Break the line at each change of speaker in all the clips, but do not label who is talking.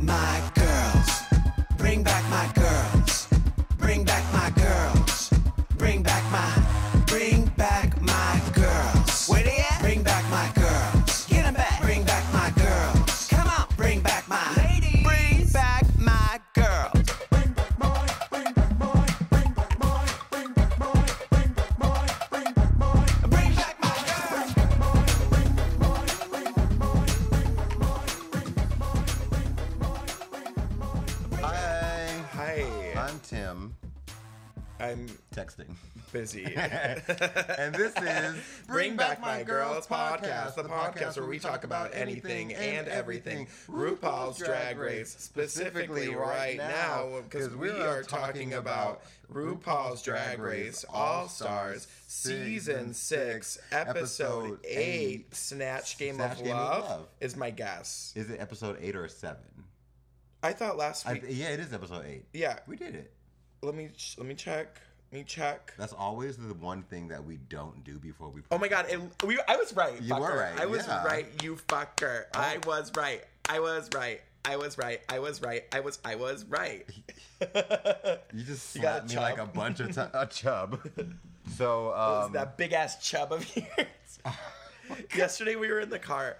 my girls. Bring back my girls. Bring back my girls. Bring back my. Bring back my girls. Where they at? Bring back my girls. Get 'em back. Bring back my girls. Come on. Bring back my ladies. Bring back my girls. Bring back my girls.
Hi,
Hi,
I'm Tim.
I'm
Texting.
busy.
And this is
Bring Back My Girls podcast, the podcast where we talk about anything and everything RuPaul's Drag Race, specifically right now, because we are talking about RuPaul's Drag Race All Stars Season 6, Episode 8, Snatch Game
Snatch
of
Game of
Love,
Love.
is my guess.
Is it episode eight or seven?
I thought last
I,
week.
yeah, it is episode eight.
Yeah,
We did it.
let me let me check. Let me check.
That's always the one thing that we don't do before we.
Oh my god, it, we, I was right.
You were
fucker.
right,
I was
yeah. Oh.
right, you fucker. I was right. I was right. I was right. I was right. I was I was right.
You just
got a
slapped me like a
chub.
bunch of times. A chub. So
It's
um,
that big ass chub of yours. Yesterday we were in the car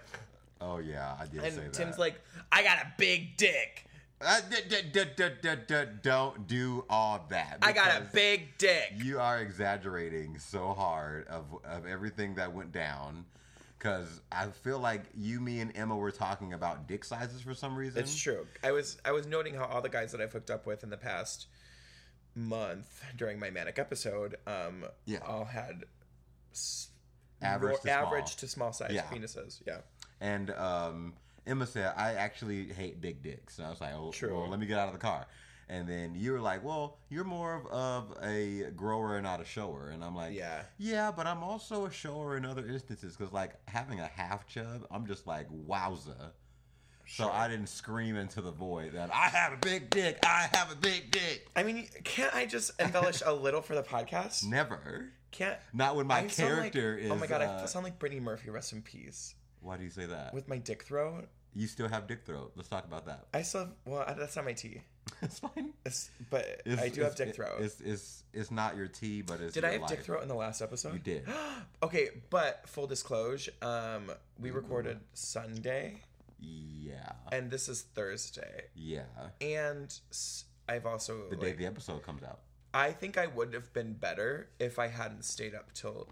Oh yeah, I did
and
say that.
Tim's like, I got a big dick.
Uh, d- d- d- d- d- d- don't do all that.
I got a
because
big dick.
You are exaggerating so hard of of everything that went down, because I feel like you, me, and Emma were talking about dick sizes for some reason.
It's true. I was I was noting how all the guys that I've hooked up with in the past month during my manic episode, um,
Yeah.
all had s-
Average
ro-
to small.
average to small size
Yeah.
penises. Yeah,
And um, Emma said, I actually hate big dicks. And I was like, oh,
True.
well, let me get out of the car. And then you were like, well, you're more of, of a grower and not a shower. And I'm like,
Yeah.
Yeah, but I'm also a shower in other instances because, like, having a half chub, I'm just like, wowza. So I didn't scream into the void that I have a big dick. I have a big dick.
I mean, can't I just embellish a little for the podcast?
Never.
Can't
Not when my
I sound like-
character is.
Oh my god, I
uh,
sound like Brittany Murphy. Rest in peace.
Why do you say that?
With my dick throat,
you still have dick throat. Let's talk about that.
I still have, well, I- that's not my tea.
it's fine.
It's, but
It's-
I do have
it's-
dick throat.
It's, it's it's not your tea, but it's
did
your
I have dick
life.
throat in the last episode?
You did.
Okay, but full disclosure, um, we recorded Sunday,
yeah,
and this is Thursday,
yeah.
and s- I've also
The day
like,
the episode comes out.
I think I would have been better if I hadn't stayed up till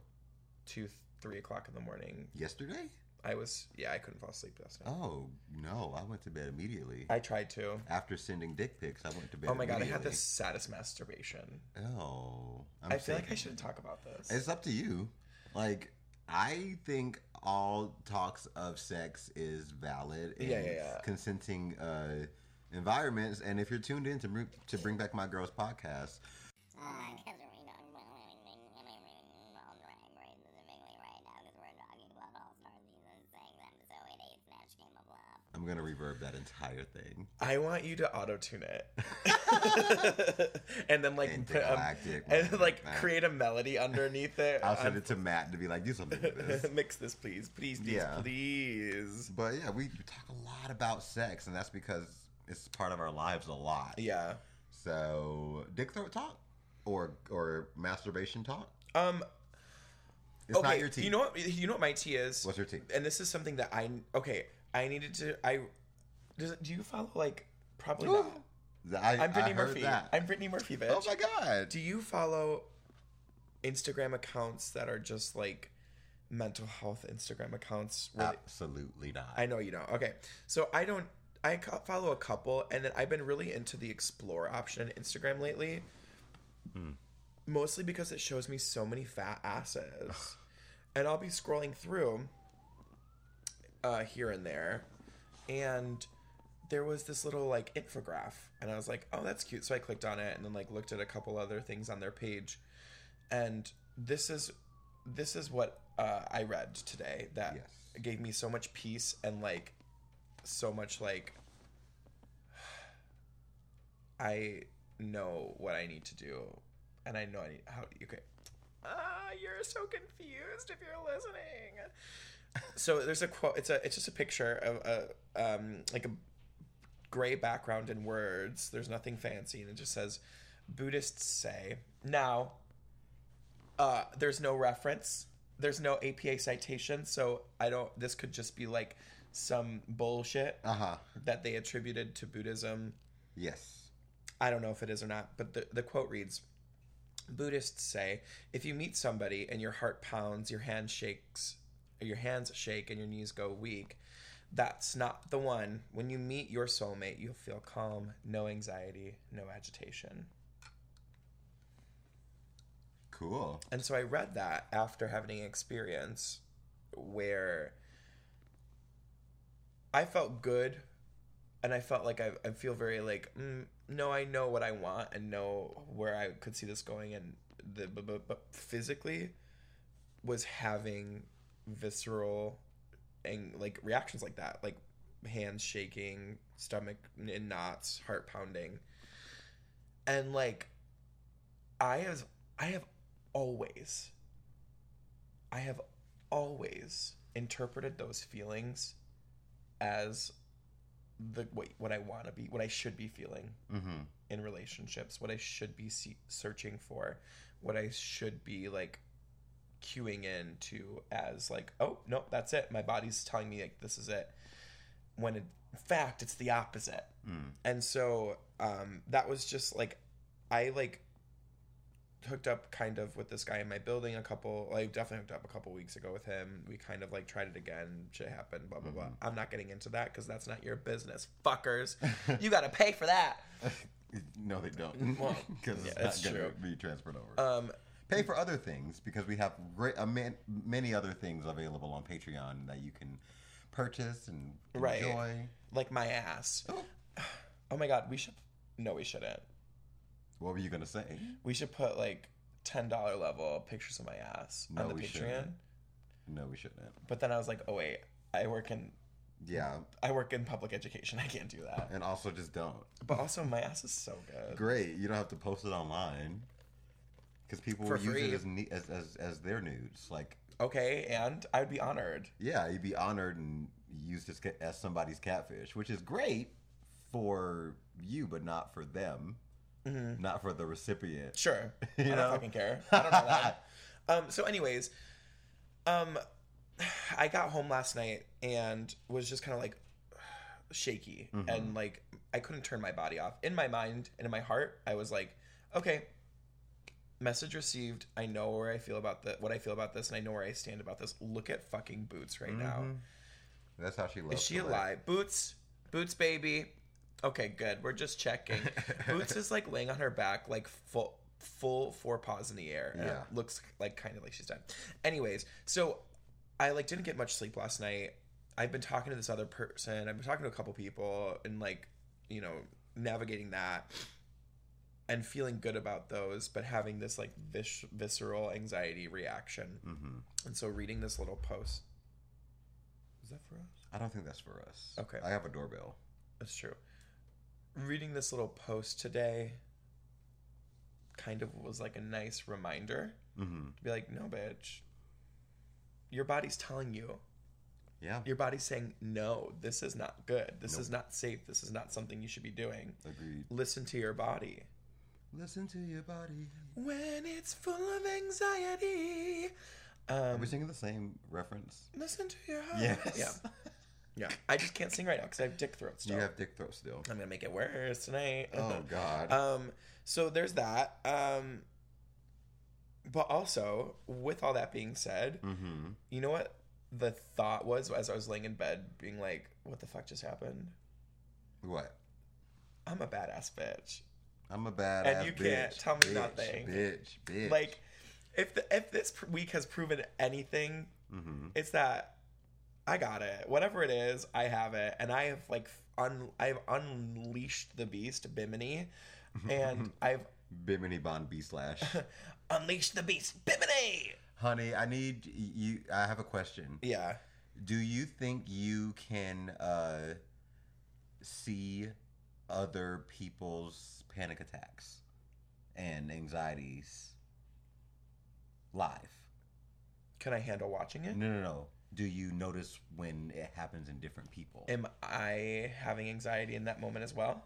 two, three o'clock in the morning.
Yesterday?
I was yeah, I couldn't fall asleep last night.
Oh no, I went to bed immediately
I tried to.
after sending dick pics. I went to bed.
Oh my god, I had the
immediately.
saddest masturbation.
Oh, I'm
i feel like I
sick.
shouldn't talk about this.
It's up to you. Like I think all talks of sex is valid in
Yeah, yeah, yeah.
consenting uh, environments, and if you're tuned in to br- to bring back my girls podcast, I'm gonna reverb that entire thing.
I want you to auto tune it, and then like put a,
Intergalactic,
and
whatever,
like
like that.
create a melody underneath it.
I'll
on-
send it to Matt to be like, do something with this.
Mix this, please, please, please,
Yeah.
please.
But yeah, we talk a lot about sex, and that's because it's part of our lives a lot.
Yeah.
So dick throat talk, or or masturbation talk.
Um.
It's
okay.
not your tea.
You know what? You know what my tea is.
What's your tea?
And this is something that I okay. I needed to. I does, do you follow like probably not.
I,
I'm Brittany
I heard
Murphy.
That.
I'm Brittany Murphy, bitch.
oh my god.
Do you follow Instagram accounts that are just like mental health Instagram accounts? Where they-
Absolutely not.
I know you don't. Okay, so I don't. I co- follow a couple, and then I've been really into the explore option on Instagram lately, mostly because it shows me so many fat asses, and I'll be scrolling through uh, here and there, and there was this little like infograph, and I was like, oh, that's cute. So I clicked on it, and then like looked at a couple other things on their page, and this is this is what uh, I read today that
Yes.
gave me so much peace and like so much like I know what I need to do, and I know I need how. Okay, ah, you're so confused if you're listening. So there's a quote. It's a. It's just a picture of a um like a gray background and words. There's nothing fancy, and it just says Buddhists say. Now, uh, there's no reference. There's no APA citation, so I don't. This could just be like some bullshit
Uh-huh.
that they attributed to Buddhism.
Yes.
I don't know if it is or not, but the, the quote reads Buddhists say, if you meet somebody and your heart pounds, your hand shakes, or your hands shake, and your knees go weak, that's not the one. When you meet your soulmate, you'll feel calm, no anxiety, no agitation.
Cool.
And so I read that after having an experience where I felt good and I felt like I, I feel very like, mm, no, I know what I want and know where I could see this going. And the, but, but, but physically was having visceral and like reactions like that, like hands shaking, stomach in knots, heart pounding. And like, I have I have always I have always interpreted those feelings as the what, what I want to be, what I should be feeling
Mm-hmm.
in relationships, what I should be se- searching for, what I should be like queuing in to as like, oh, no, that's it. My body's telling me like this is it. When in fact, it's the opposite.
Mm.
And so um, that was just like, I like hooked up kind of with this guy in my building a couple, like definitely hooked up a couple weeks ago with him. We kind of like tried it again. Shit happened, blah, blah, blah. I'm not getting into that because that's not your business, fuckers. you got to pay for that.
No, they don't.
Well,
Because
yeah,
it's
that's
not going
true.
to be transferred over.
Um,
Pay for other things because we have great, uh, man, many other things available on Patreon that you can purchase and
Right.
enjoy.
like my ass. Oh my god, we should. No, we shouldn't.
What were you going to say?
We should put like ten dollar level pictures of my ass
No,
on the
we
Patreon.
shouldn't. No, we shouldn't.
But then I was like, oh wait, I work in
Yeah.
I work in public education. I can't do that.
And also just don't.
But also, my ass is so good.
Great. You don't have to post it online because people
For
will use
free.
it as, ne- as, as, as their nudes. Like,
Okay, and I'd be honored.
yeah, you'd be honored and used as, ca- as somebody's catfish, which is great for you, but not for them,
Mm-hmm.
not for the recipient.
Sure. I
You
don't
know?
fucking care. I don't know that. um, so, anyways, um, I got home last night and was just kind of like shaky
Mm-hmm.
and like I couldn't turn my body off. In my mind and in my heart, I was like, okay, message received. I know where I feel about the what I feel about this, and I know where I stand about this. Look at fucking Boots right now.
Mm-hmm. That's how she loves.
Is she
to live.
alive? Boots, Boots, baby. Okay, good. We're just checking. Boots is like laying on her back, like full, full four paws in the air. and it
Yeah.
looks like kind of like she's dead. Anyways, so I like didn't get much sleep last night. I've been talking to this other person. I've been talking to a couple people, and like you know, navigating that and feeling good about those, but having this like vis- visceral anxiety reaction.
Mhm.
And so reading this little post. Is that for us?
I don't think that's for us.
Okay.
I have a doorbell.
That's true. Reading this little post today kind of was like a nice reminder
Mm-hmm.
to be like, no, bitch. Your body's telling you.
Yeah.
Your body's saying, no, this is not good. This is
Nope.
not safe. This is not something you should be doing.
Agreed.
Listen to your body.
Listen to your body.
When it's full of anxiety. Um,
Are we singing the same reference?
listen to your heart.
Yes.
Yeah. Yeah. I just can't sing right now because I have dick throat
Do
still.
you have dick throat still?
I'm going to make it worse tonight.
Oh God.
um so there's that um but also with all that being said
mm-hmm.
you know what the thought was as i was laying in bed being like what the fuck just happened
What?
i'm a badass bitch
I'm a badass.
you
bitch,
can't tell me
bitch,
nothing.
Bitch. Bitch.
like if the, if this pr- week has proven anything
Mm-hmm.
it's that i got it whatever it is i have it and i have like un- i've unleashed the beast bimini and i've
Bimini Bond B slash.
unleashed the beast bimini
Honey, I need y- you. I have a question.
yeah
Do you think you can uh, see other people's panic attacks and anxieties live?
can i handle watching it
No, no, no. do you notice when it happens in different people?
Am I having anxiety in that moment as well?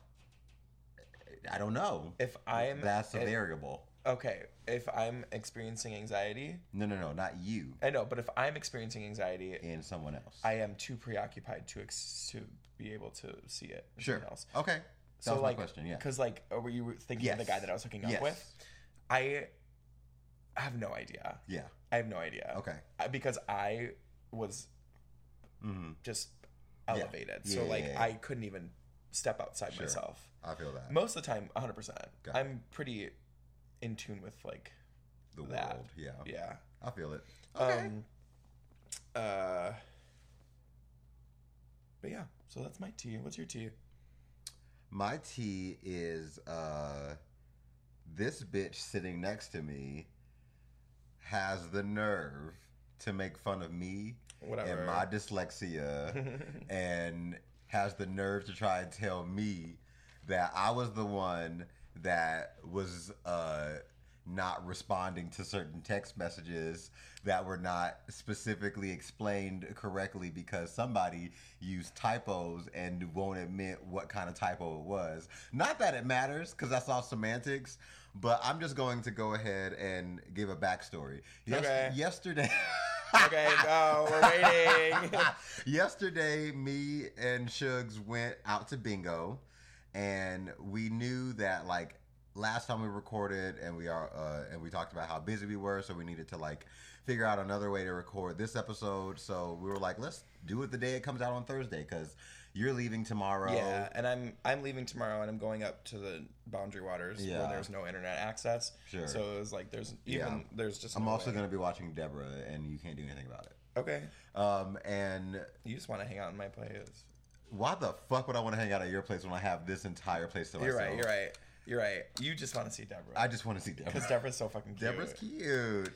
I don't know.
If I'm
That's a
if-
variable.
okay, if I'm experiencing anxiety,
No, no, no, not you
I know, but if I'm experiencing anxiety,
and someone else.
I am too preoccupied to ex- to be able to see it. in
sure.
someone Else.
Okay. That
So
was
like,
my question. Yeah.
Because like, uh, were you thinking of the
Yes.
guy that I was hooking up
Yes.
with? I have no idea.
Yeah.
I have no idea.
Okay.
I- because I was
Mhm.
just elevated, so
Yeah,
like
yeah, yeah.
I couldn't even step outside
Sure.
myself.
I feel that.
Most of the time, 100. percent
Got it.
I'm pretty in tune with like
the
that.
world. Yeah.
yeah.
I feel it. Okay.
Um, uh, but yeah, so that's my tea. What's your tea?
My tea is uh this bitch sitting next to me has the nerve to make fun of me
Whatever.
and my dyslexia and has the nerve to try and tell me that I was the one that was uh not responding to certain text messages that were not specifically explained correctly because somebody used typos and won't admit what kind of typo it was. Not that it matters because that's all semantics, but I'm just going to go ahead and give a backstory. Yes-
Okay.
Yesterday.
Okay, go. We're waiting.
Yesterday, me and Shugs went out to bingo, and we knew that like last time we recorded, and we are uh, and we talked about how busy we were, so we needed to like figure out another way to record this episode. So we were like, let's do it the day it comes out on Thursday because you're leaving tomorrow.
yeah, and I'm I'm leaving tomorrow, and I'm going up to the Boundary Waters
Yeah.
where there's no internet access.
Sure.
So it was like there's even
Yeah.
there's just.
I'm
no
also
way.
going to be watching Deborah, and you can't do anything about it.
Okay.
Um, and
You just want to hang out in my place.
why the fuck would I want to hang out at your place when I have this entire place to myself?
You're right. You're right. You're right. You just want to see Deborah.
I just want to see Deborah.
because Deborah's so fucking cute.
Deborah's cute.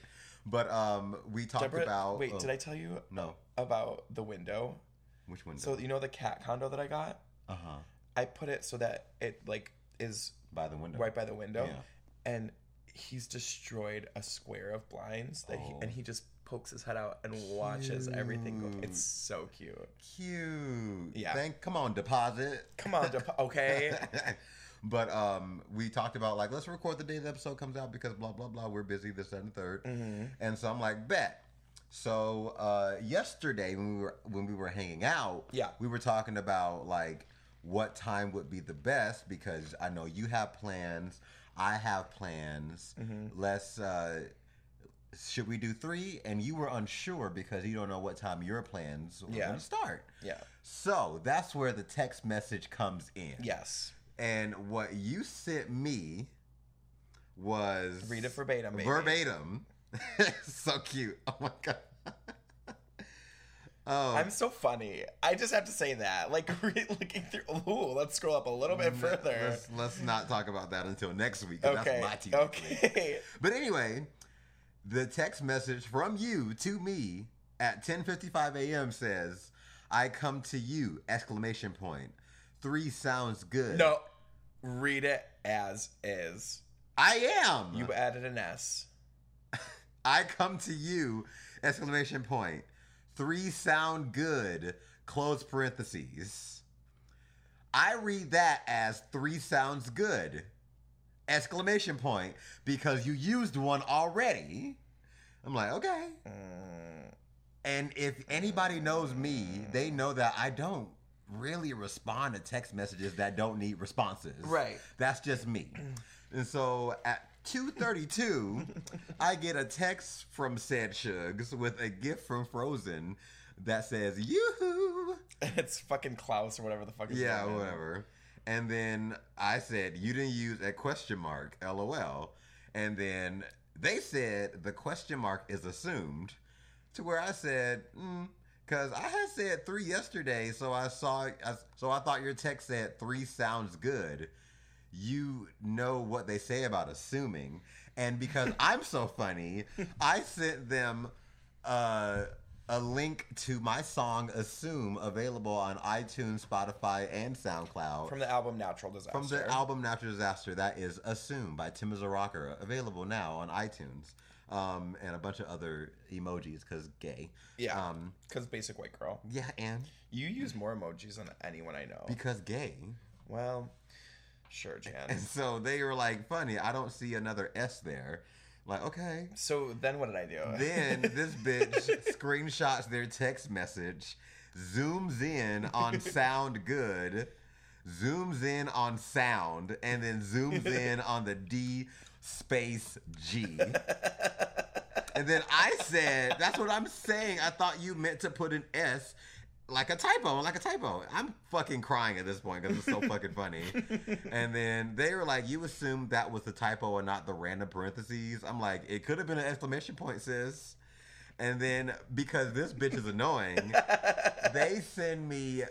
But um, we talked
Deborah,
about.
wait,
oh,
did I tell you
No.
about the window?
Which one?
So you know the cat condo that I got.
uh huh.
I put it so that it like is
By the window.
right by the window,
Yeah.
and he's destroyed a square of blinds that he,
Oh.
and he just pokes his head out and watches everything. Go. It's so cute.
Cute.
Yeah.
Thank. Come on, deposit.
Come on, Dep- okay.
but um, we talked about like let's record the day the episode comes out because blah blah blah we're busy this that, and the 3rd
Mm-hmm.
and so I'm like bet. So uh, yesterday when we were when we were hanging out,
Yeah.
we were talking about like what time would be the best because I know you have plans, I have plans.
Mm-hmm.
Let's uh, should we do three? And you were unsure because you don't know what time your plans were
Yeah.
going to start.
Yeah.
So that's where the text message comes in.
Yes.
And what you sent me was
Read it verbatim. Baby.
verbatim. so cute. Oh my god. oh,
I'm so funny. I just have to say that. Like re- looking through. Ooh, let's scroll up a little bit further.
Let's, let's not talk about that until next week. 'cause
Okay.
That's my team.
Okay.
But anyway, the text message from you to me at 10:55 a.m. says, "I come to you!" Exclamation point. Three sounds good.
no. Read it as is.
I am.
You added an S.
I come to you! Exclamation point. Three sound good. Close parentheses. I read that as three sounds good. Exclamation point. Because you used one already. I'm like, okay. And if anybody knows me, they know that I don't really respond to text messages that don't need responses.
Right.
That's just me. And so at 2:32, I get a text from said Shugs with a gift from Frozen that says "Yoo-hoo."
it's fucking Klaus or whatever the fuck. Is
Yeah, whatever. And then I said, "You didn't use a question mark, lol." And then they said the question mark is assumed, to where I said, mm, "Cause I had said three yesterday, so I saw, I, so I thought your text said three sounds good." You know what they say about assuming, and because I'm so funny, I sent them uh, a link to my song "Assume" available on iTunes, Spotify, and SoundCloud
From the album Natural Disaster.
from the album Natural Disaster. That is "Assume" by Tim Rocker, available now on iTunes. um, and a bunch of other emojis because gay.
Yeah.
Um,
Because basic white girl.
yeah, and
You use more emojis than anyone I know.
because gay.
well, sure,
And
Jan.
so they were like, funny, I don't see another S there. Like, okay.
so then what did I do?
Then this bitch screenshots their text message, zooms in on sound good, zooms in on sound, and then zooms in on the D space G. And then I said, that's what I'm saying. I thought you meant to put an S like a typo, like a typo. I'm fucking crying at this point because it's so fucking funny. And then they were like, you assumed that was the typo and not the random parentheses. I'm like, it could have been an exclamation point, sis. And then because this bitch is annoying, they send me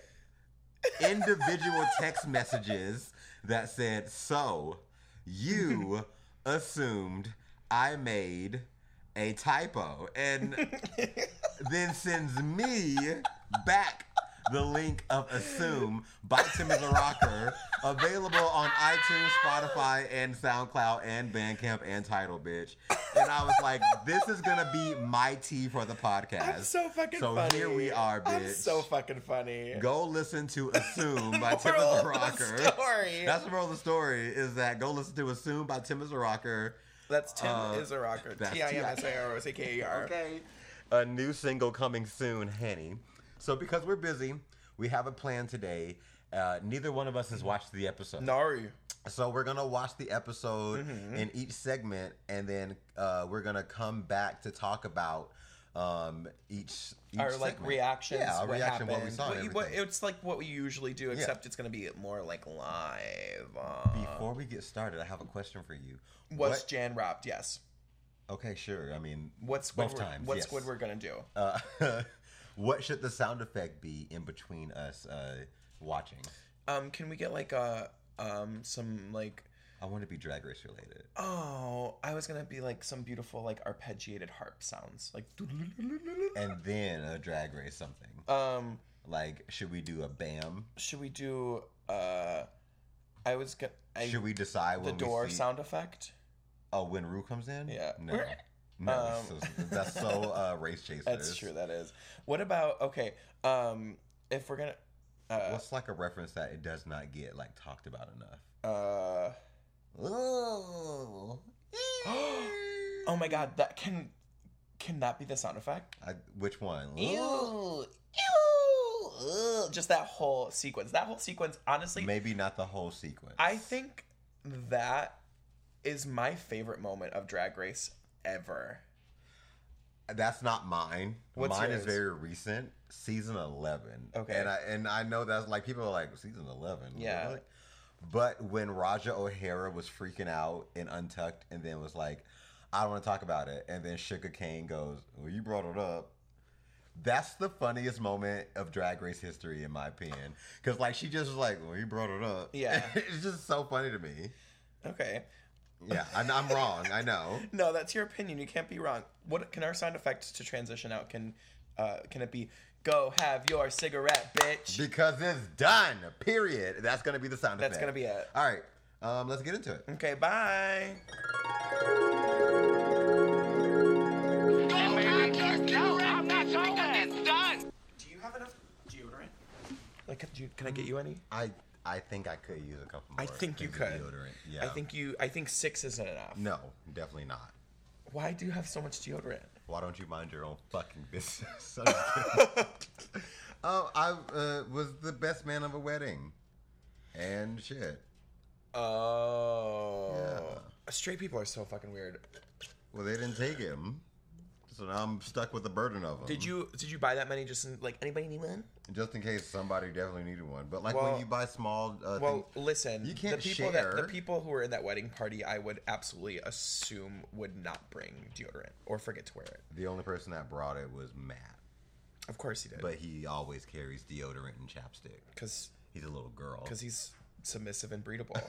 individual text messages that said, So, you assumed I made a typo, and then sends me back the link of Assume by Tim and the Rocker, available on iTunes, Spotify, and SoundCloud, and Bandcamp, and Title, bitch. And I was like, this is gonna be my tea for the podcast.
I'm so fucking
So
funny.
here we are, bitch.
I'm so fucking funny.
Go listen to Assume by Tim
Moral
and the
of the
Rocker.
story.
That's the moral of the story is that go listen to Assume by Tim is a Rocker.
That's Tim
Uh,
is a rocker.
that's
T I M S A R O C K E R.
Okay. A new single coming soon, Henny. So because we're busy, we have a plan today. Uh, neither one of us has watched the episode.
Nari.
So we're gonna watch the episode
Mm-hmm.
in each segment, and then uh, we're gonna come back to talk about um, each, each
Our like
segment.
reactions.
Yeah, our
what
reaction, what we
happened,
saw, and
you- what-
everything.
it's like what we usually do, except it's gonna be more like live. Uh,
Before we get started, I have a question for you.
what's
What-
Jan robbed? Yes.
okay? Sure. I mean,
What's
both
Squidward?
times?
what's
yes.
Squidward gonna do?
Uh, what should the sound effect be in between us uh, watching?
Um, can we get like a um some like
I want it to be Drag Race related.
oh I was gonna be like some beautiful like arpeggiated harp sounds like
And then a Drag Race something.
um
Like, should we do a BAM?
should we do uh I was gonna I,
Should we decide
the
when
door
we see,
sound effect
Oh, when Rue comes in?
Yeah.
No. No, that's
Um,
so, that's so uh, race chasers.
that's true that is what about okay um if we're gonna uh
What's like a reference that it does not get like talked about enough?
uh
Oh,
oh my god that can can that be the sound effect
I, which one?
ew just that whole sequence that whole sequence honestly
Maybe not the whole sequence.
I think that is my favorite moment of Drag Race ever.
That's not mine.
What's
mine is
yours?
very recent, season eleven.
Okay.
and I and I know that's like people are like season eleven.
Yeah.
what?" But when Raja O'Hara was freaking out and untucked, and then was like, "I don't want to talk about it," and then Sugar Kane goes, "Well, you brought it up." That's the funniest moment of Drag Race history, in my opinion, because like she just was like, "Well, you brought it up."
Yeah.
it's just so funny to me.
Okay.
Yeah, I'm, I'm wrong. I know.
No, that's your opinion. You can't be wrong. What can our sound effects to transition out can uh can it be go have your cigarette, bitch?
Because it's done. Period. That's gonna be the sound
That's
effect.
gonna be Mm-hmm. it.
All right. Um, let's get into it.
Okay, bye. Do you have enough deodorant? Like do you, can I get you any?
I I think I could use a couple more.
I think you
things of
could.
Deodorant. Yeah.
I think you I think 6 isn't enough.
No, definitely not.
Why do you have so much deodorant?
Why don't you mind your own fucking business? I'm just kidding. um, I uh, was the best man of a wedding, and shit.
Oh.
Yeah.
Straight people are so fucking weird.
Well, they didn't take him, so now I'm stuck with the burden of him.
Did you did you buy that many just in, like anybody need one?
Just in case somebody definitely needed one, but like
Well-
when you buy small, uh,
Well,
things-
listen.
You can't
the people that
share.
the people who were in that wedding party, I would absolutely assume would not bring deodorant or forget to wear it.
the only person that brought it was Matt.
Of course he did.
But he always carries deodorant and chapstick.
cuz
He's a little girl.
cuz he's submissive and breedable.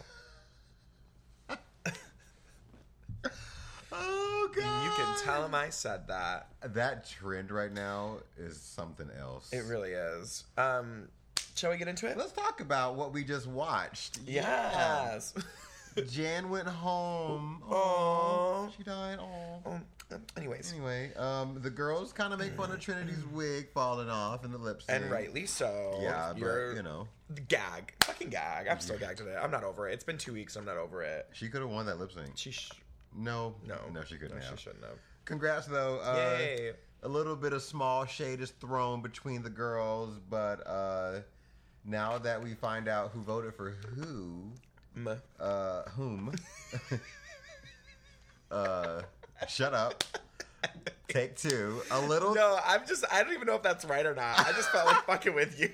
oh god!
you can tell him I said that.
that trend right now is something else.
It really is. Um shall we get into it?
Let's talk about what we just watched.
Yes.
Jan went home.
Aw.
She died. Aw.
Um, anyways,
Anyway, um, the girls kind of make fun of Trinity's wig falling off and the lipstick.
Mm. and rightly so.
Yeah, but,
You're-
you know,
gag, fucking gag. I'm still gagged today. I'm not over it. It's been two weeks. I'm not over it.
she could have won that lip sync.
She sh-
No,
no,
no, she couldn't
No,
have.
she shouldn't have.
Congrats though. Uh,
Yay.
A little bit of small shade is thrown between the girls, but uh, now that we find out who voted for who,
Mm.
uh, whom, uh, shut up. Take two. A little.
No, I'm just. I don't even know if that's right or not. I just felt like fucking with you.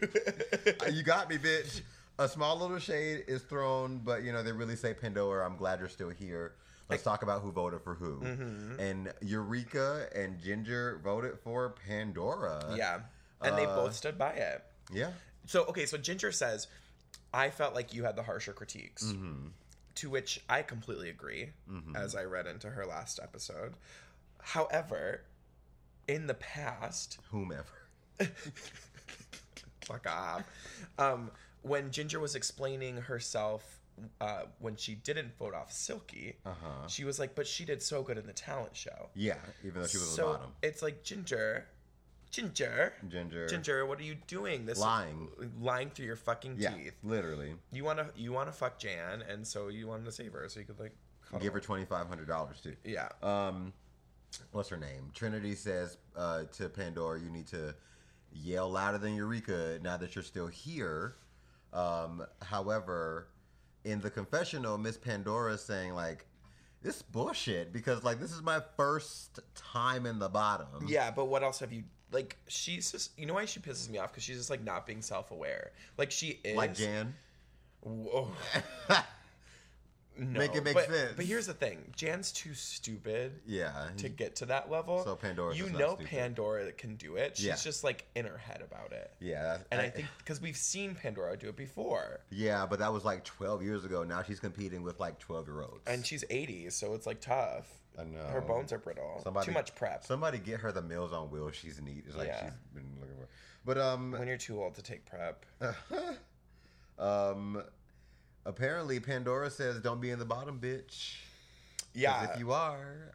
You got me, bitch. A small little shade is thrown, but you know they really say Pandora. I'm glad you're still here. Let's talk about who voted for who.
Mm-hmm.
And Eureka and Ginger voted for Pandora.
yeah, and they
Uh,
both stood by it.
Yeah.
So okay, so Ginger says, "I felt like you had the harsher critiques,"
Mm-hmm.
to which I completely agree, as I read into her last episode. However, in the past,
Whomever.
fuck off. Um, when Ginger was explaining herself uh, when she didn't vote off Silky,
Uh-huh.
she was like, "But she did so good in the talent show."
Yeah, even though she was
so
at the bottom.
it's like Ginger, Ginger,
Ginger.
Ginger, what are you doing? This
Lying.
lying through your fucking
Yeah,
teeth.
literally.
You wanna you wanna fuck Jan, and so you wanted to save her, so you could like cuddle.
Give her twenty five hundred dollars too.
Yeah,
Um, what's her name? Trinity says uh, to Pandora, "You need to yell louder than Eureka now that you're still here." Um, however, in the confessional, Miss Pandora is saying like, "This bullshit," because like this is my first time in the bottom.
yeah, but what else have you? Like she's just, you know why she pisses me off? Because she's just like not being self aware. Like she is.
like Jan.
Whoa. no,
Make it make
but,
sense.
But here's the thing: Jan's too stupid
yeah,
to get to that level.
So Pandora's
you
just not
know,
stupid.
Pandora can do it. She's
Yeah.
just like in her head about it.
yeah. that's-
And I think because we've seen Pandora do it before,
Yeah, but that was like 12 years ago. Now she's competing with like 12 year olds.
and she's 80, so it's like tough.
I know.
Her bones are brittle. Too much prep.
Somebody get her the meals on wheels she's need. It's like
Yeah.
she's been looking for. But um
when you're too old to take prep.
um apparently Pandora says don't be in the bottom, bitch. 'Cause
Yeah,
If you are,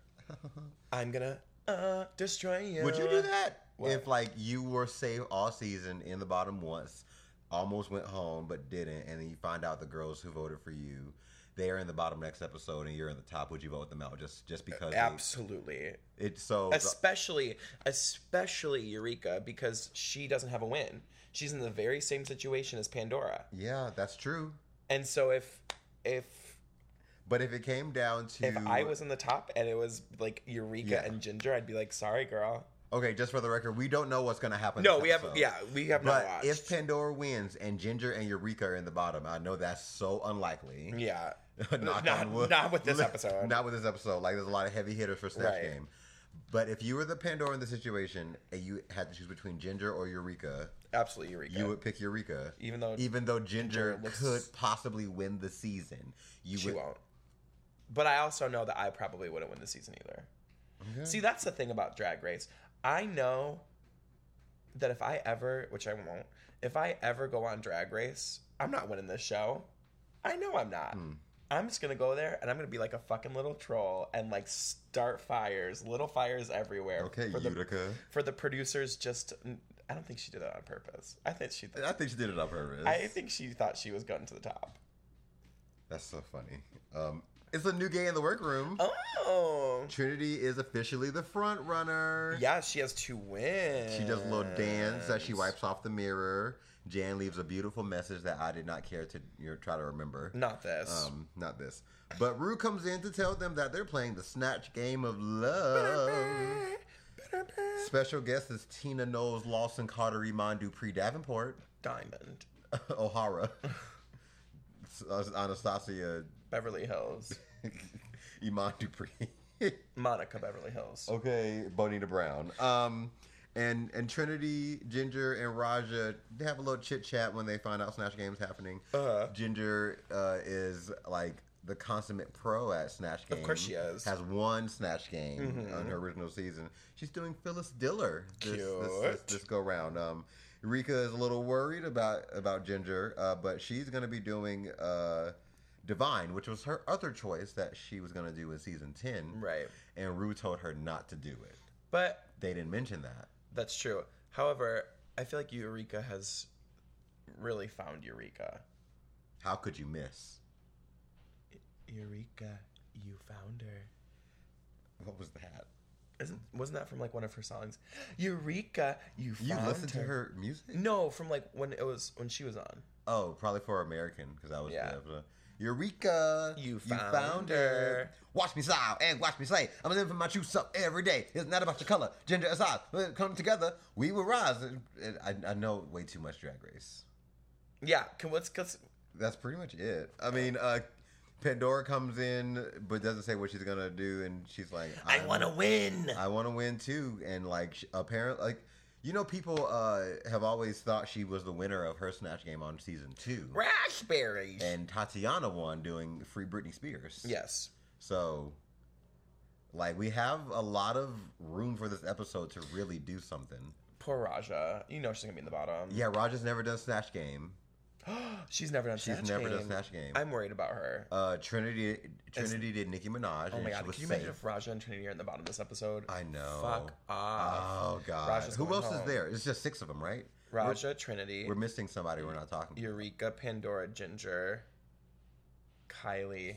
I'm gonna uh, destroy you.
would you do that?
What?
If like you were safe all season in the bottom once, almost went home but didn't, and then you find out the girls who voted for you, they are in the bottom next episode and you're in the top, would you vote them out just just because they-
Absolutely.
it's so
especially especially Eureka because she doesn't have a win. She's in the very same situation as Pandora.
Yeah, that's true.
And so if if
But if it came down to
if I was in the top and it was like Eureka
Yeah.
and Ginger, I'd be like, "Sorry, girl."
okay, just for the record, we don't know what's gonna happen.
No,
this
we have
episode.
yeah, we have not
But
watched.
if Pandora wins and Ginger and Eureka are in the bottom, I know that's so unlikely.
yeah.
Knock
Not-
on wood.
not with this episode.
Not with this episode. Like there's a lot of heavy hitters for Snatch
Right.
Game. But if you were the Pandora in the situation and you had to choose between Ginger or Eureka,
Absolutely Eureka.
you would pick Eureka.
even though
Even though Ginger,
Ginger looks-
could possibly win the season, you
she
would.
won't. But I also know that I probably wouldn't win the season either. See, that's the thing about Drag Race. I know that if I ever, which I won't, if I ever go on Drag Race, I'm not winning this show. I know I'm not.
Hmm.
I'm just gonna go there and I'm gonna be like a fucking little troll and like start fires, little fires everywhere.
Okay,
for the,
Eureka.
for the producers, just I don't think she did that on purpose. I think she,
I think she did it on purpose.
I think she thought she was going to the top.
That's so funny. Um, it's a new gay in the workroom.
Oh,
Trinity is officially the front runner.
yeah, she has two wins.
She does a little dance as she wipes off the mirror. Jan leaves a beautiful message that I did not care to you know, try to remember.
Not this.
Um, not this. But Rue comes in to tell them that they're playing the snatch game of love. Special guest is Tina Knowles, Lawson Carter, Iman Dupree, Davenport,
Diamond,
O'Hara, uh, Anastasia,
Beverly Hills,
Iman Dupree.
Monica Beverly Hills.
Okay, Bonita Brown. Um, and and Trinity, Ginger, and Raja they have a little chit chat when they find out Snatch Game's happening.
Uh-huh.
Ginger uh, is like the consummate pro at Snatch Game.
course she is. Mm-hmm.
Has one Snatch Game on her original season. She's doing Phyllis Diller this this, this,
Cute.
this go round. Um, Rika is a little worried about about Ginger, uh, but she's gonna be doing uh, Divine, which was her other choice that she was going to do in season 10.
Right.
And Rue told her not to do it.
But
They didn't mention that.
that's true. However, I feel like Eureka has really found Eureka.
How could you miss?
Eureka, you found her.
What was that?
Isn't wasn't that from like one of her songs? Eureka, you found
You listened
her.
to her music?
No, from like when it was when she was on.
Oh, probably for American because I was
Yeah.
uh, Eureka!
You found her.
Watch me smile and watch me slay. I'm living for my true self every day. It's not about your color, gender, or size. When it comes together, we will rise. And- and I, I know way too much Drag Race.
Yeah, can let's, let's
That's pretty much it. I mean, uh, Pandora comes in but doesn't say what she's gonna do, and she's like,
I
I'm-
want to win.
I want to win too." And like, sh- apparently, like you know, people uh, have always thought she was the winner of her snatch game on season two,
Raspberries.
and Tatiana won doing Free Britney Spears.
yes.
So, like, we have a lot of room for this episode to really do something.
Poor Raja. You know she's gonna be in the bottom.
Yeah, Rogers never does snatch game.
she's never done.
She's
Snatch
never done
Game.
Snatch Game.
I'm worried about her.
Uh, Trinity Trinity did Nicki Minaj.
oh
and
my
she
god,
was
can you imagine
safe.
if Raja and Trinity are in the bottom of this episode?
I know.
Fuck off.
Oh god.
Raja's
Who
uh, going
else is
home.
there? It's just six of them, right?
Raja, Trinity,
We're missing somebody we're not talking. about.
Eureka, Pandora, Ginger, Kylie.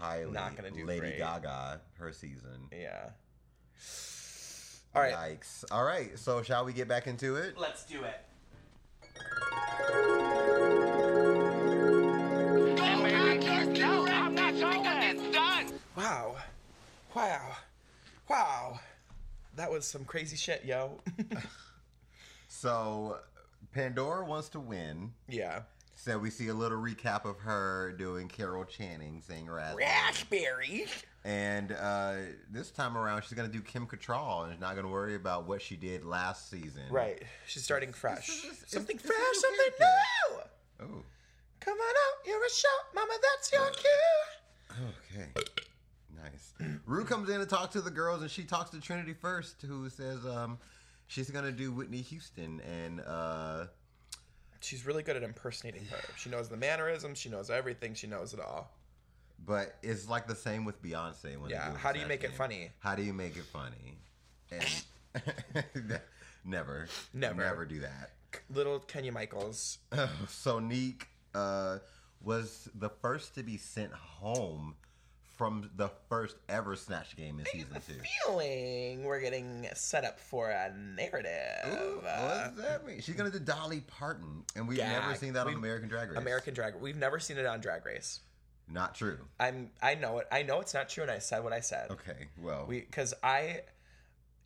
Kylie,
Not gonna do
Lady
great.
Gaga, her season.
Yeah. All right.
Yikes. All right. So shall we get back into it?
Let's do it.
Wow. Wow. Wow. That was some crazy shit, yo.
So Pandora wants to win.
yeah.
So we see a little recap of her doing Carol Channing saying Raspberry.
Raspberries.
And uh, this time around, she's going to do Kim Cattrall and not going to worry about what she did last season.
Right. She's starting fresh.
This is- this-
something
this is
fresh,
your
something
character.
new.
Oh,
Come on out, you're a shot, mama. That's your cue.
okay. Nice. Rue comes in to talk to the girls, and she talks to Trinity first, who says um, she's going to do Whitney Houston. And uh,
She's really good at impersonating her. She knows the mannerisms. She knows everything. She knows it all.
But it's like the same with Beyonce. When they
Yeah,
the
how do you
Snatch
make it
Game.
funny?
How do you make it funny? And never,
Never.
never do that.
Little Kenya Michaels.
So Neek uh, was the first to be sent home from the first ever Snatch Game in season two.
Feeling we're getting set up for a narrative.
Ooh, what
Uh,
does that mean? She's gonna do Dolly Parton, and we've never
Gag.
seen that on
We-
American Drag Race.
American Drag. We've never seen it on Drag Race.
not true.
I'm. I know it. I know it's not true, and I said what I said.
Okay, well,
We because I,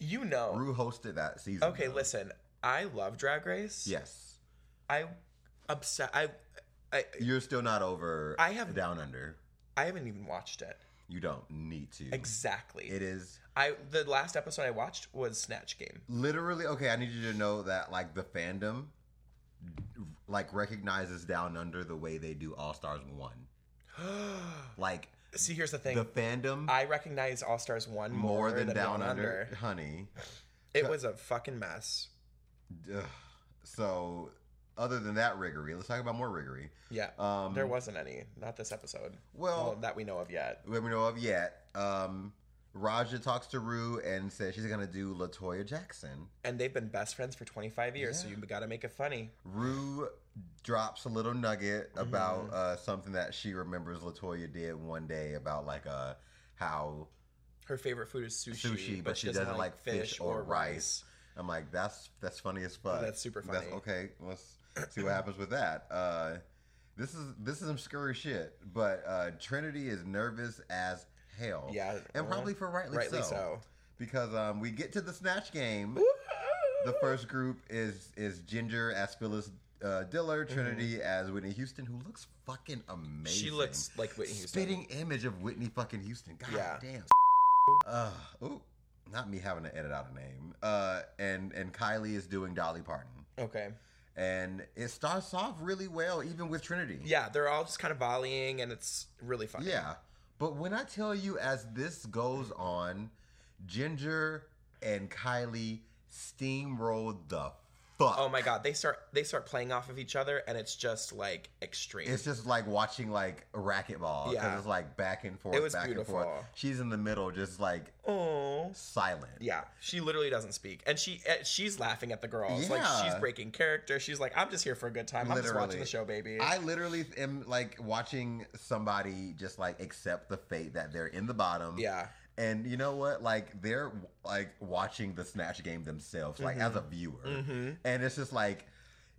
you know.
Rue hosted that season.
okay,
though.
listen. I love Drag Race.
Yes,
I upset. I, I
you're still not over.
I have-
down under.
I haven't even watched it.
You don't need to.
Exactly.
It is
I the last episode I watched was Snatch Game.
literally okay. I need you to know that like the fandom, like recognizes Down Under the way they do All Stars One. like
See, here's the thing.
the fandom
I recognize All Stars one
more than, Down
One
Under, honey.
It was a fucking mess.
Ugh. So other than that riggery, let's talk about more riggery.
Yeah,
Um, Oh.
there wasn't any. Not this episode.
Well-
that we know of yet.
We don't know of yet. Um, Raja talks to Rue and says she's gonna do Latoya Jackson.
And they've been best friends for 25 years, so you got to make it funny.
Rue drops a little nugget about
Mm-hmm.
uh, something that she remembers Latoya did one day about like uh, how
Her favorite food is sushi,
sushi, but, she doesn't, like fish, or rice. I'm like, that's that's funny as fuck.
That's super funny.
okay, let's see what happens with that. Uh, this is this is some scurry shit, but uh, Trinity is nervous as hell.
Yeah,
and
well,
probably for rightly,
rightly
so,
so.
because um, we get to the snatch game. The first group is is Ginger as Phyllis uh, Diller, Trinity as Whitney Houston, who looks fucking amazing.
Mm-hmm. She looks like Whitney Houston.
spitting image of Whitney fucking Houston. God
Yeah.
damn. Uh, ooh, not me having to edit out a name. Uh, and and Kylie is doing Dolly Parton,
Okay.
and it starts off really well, even with Trinity.
Yeah, they're all just kind of volleying, and it's really funny.
Yeah. But when I tell you, as this goes on, Ginger and Kylie steamrolled the fuck.
Oh my god, they start they start playing off of each other, and it's just like extreme.
It's just like watching like racquetball. 'cause
Yeah.
it's like back and forth,
It was
back and forth.
beautiful.
She's in the middle, just like
oh.
silent.
Yeah, she literally doesn't speak, and she eh, she's laughing at the girls. Like she's
Yeah.
breaking character. She's like, "I'm just here for a good time. I'm just
Literally.
watching the show, baby."
I literally am like watching somebody just like accept the fate that they're in the bottom.
yeah,
And you know what? Like they're like watching the snatch game themselves, like
Mm-hmm.
as a viewer. And it's just like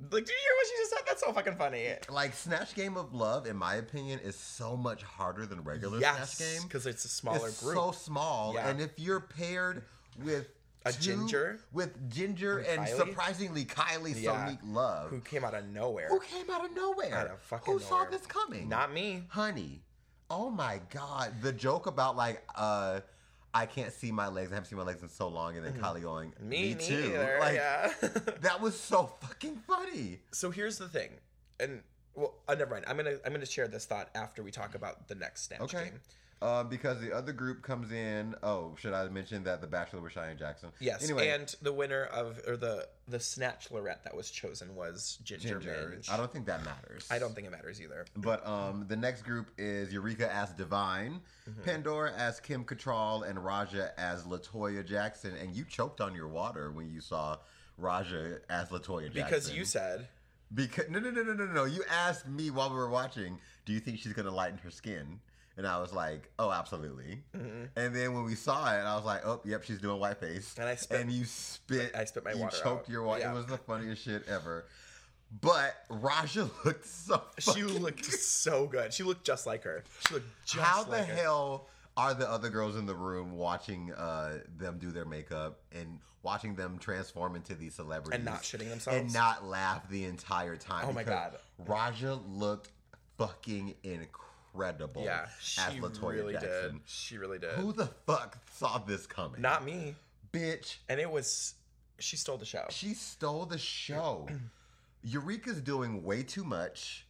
like, did you hear what she just said? That's so fucking funny.
like snatch game of love, in my opinion, is so much harder than regular
Yes,
snatch game.
because it's a smaller
it's
group.
so small,
Yeah.
and if you're paired with
A ginger?
with ginger and,
Kylie?
surprisingly Kylie
Yeah.
Sonique Love,
who
who,
came out of nowhere?
came out of nowhere,
Out of fucking
who saw
nowhere.
this coming?
Not me.
honey. Oh my god, the joke about like uh. I can't see my legs. I haven't seen my legs in so long. And then Kylie going,
Mm-hmm. Me,
"Me, too."
neither.
Like
yeah.
that was so fucking funny.
so here's the thing, and well, uh, never mind. I'm gonna I'm gonna share this thought after we talk about the next snatch
Okay.
game.
Um, because the other group comes in. Oh, should I mention that the Bachelor was Cheyenne Jackson?
Yes,
Anyway,
and the winner of or the the snatchlorette that was chosen was Ginger.
Ginger.
Minj.
I don't think that matters.
I don't think it matters either.
But um, the next group is Eureka as Divine,
Mm-hmm.
Pandora as Kim Cattrall, and Raja as Latoya Jackson. And you choked on your water when you saw Raja as Latoya Jackson.
Because you said
because no no no no no no. You asked me while we were watching, do you think she's gonna lighten her skin? And I was like, oh, absolutely.
Mm-hmm.
And then when we saw it, I was like, oh, yep, she's doing white face.
And I spit-
And you spit.
I spit my
you
water
choked
out.
your water.
Yeah.
It was the funniest shit ever. But Raja looked so.
she
fucking
looked so good. She looked just like her. She looked just
how
like
the
her.
hell are the other girls in the room watching uh, them do their makeup and watching them transform into these celebrities
and not shitting themselves.
and not laugh the entire time?
Oh my
Because
God.
Raja looked fucking incredible.
yeah,
as
she
Latoya
really did.
Jackson.
She really did.
Who the fuck saw this coming?
not me.
bitch.
And it was she stole the show.
She stole the show. Eureka's doing way too much.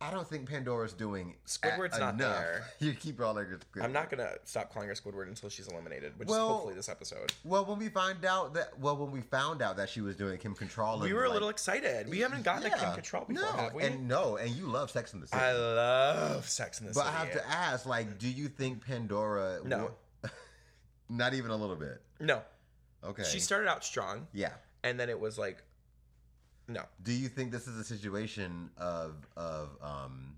I don't think Pandora's doing a-
Mm-hmm. Squidward's not
enough.
there.
You keep all her.
I'm not gonna stop calling her Squidward until she's eliminated, which
Well,
is hopefully this episode.
Well, when we find out that, well, when we found out that she was doing Kim Control,
We were a little excited. We haven't gotten a Kim Cattrall before,
no,
have we?
and no, and you love Sex in the City,
I love Sex in the
but I
City.
have to ask, like, do you think Pandora?
No.
wa- not even a little bit.
no,
Okay,
she started out strong,
yeah.
and then it was like, no,
Do you think this is a situation of of um,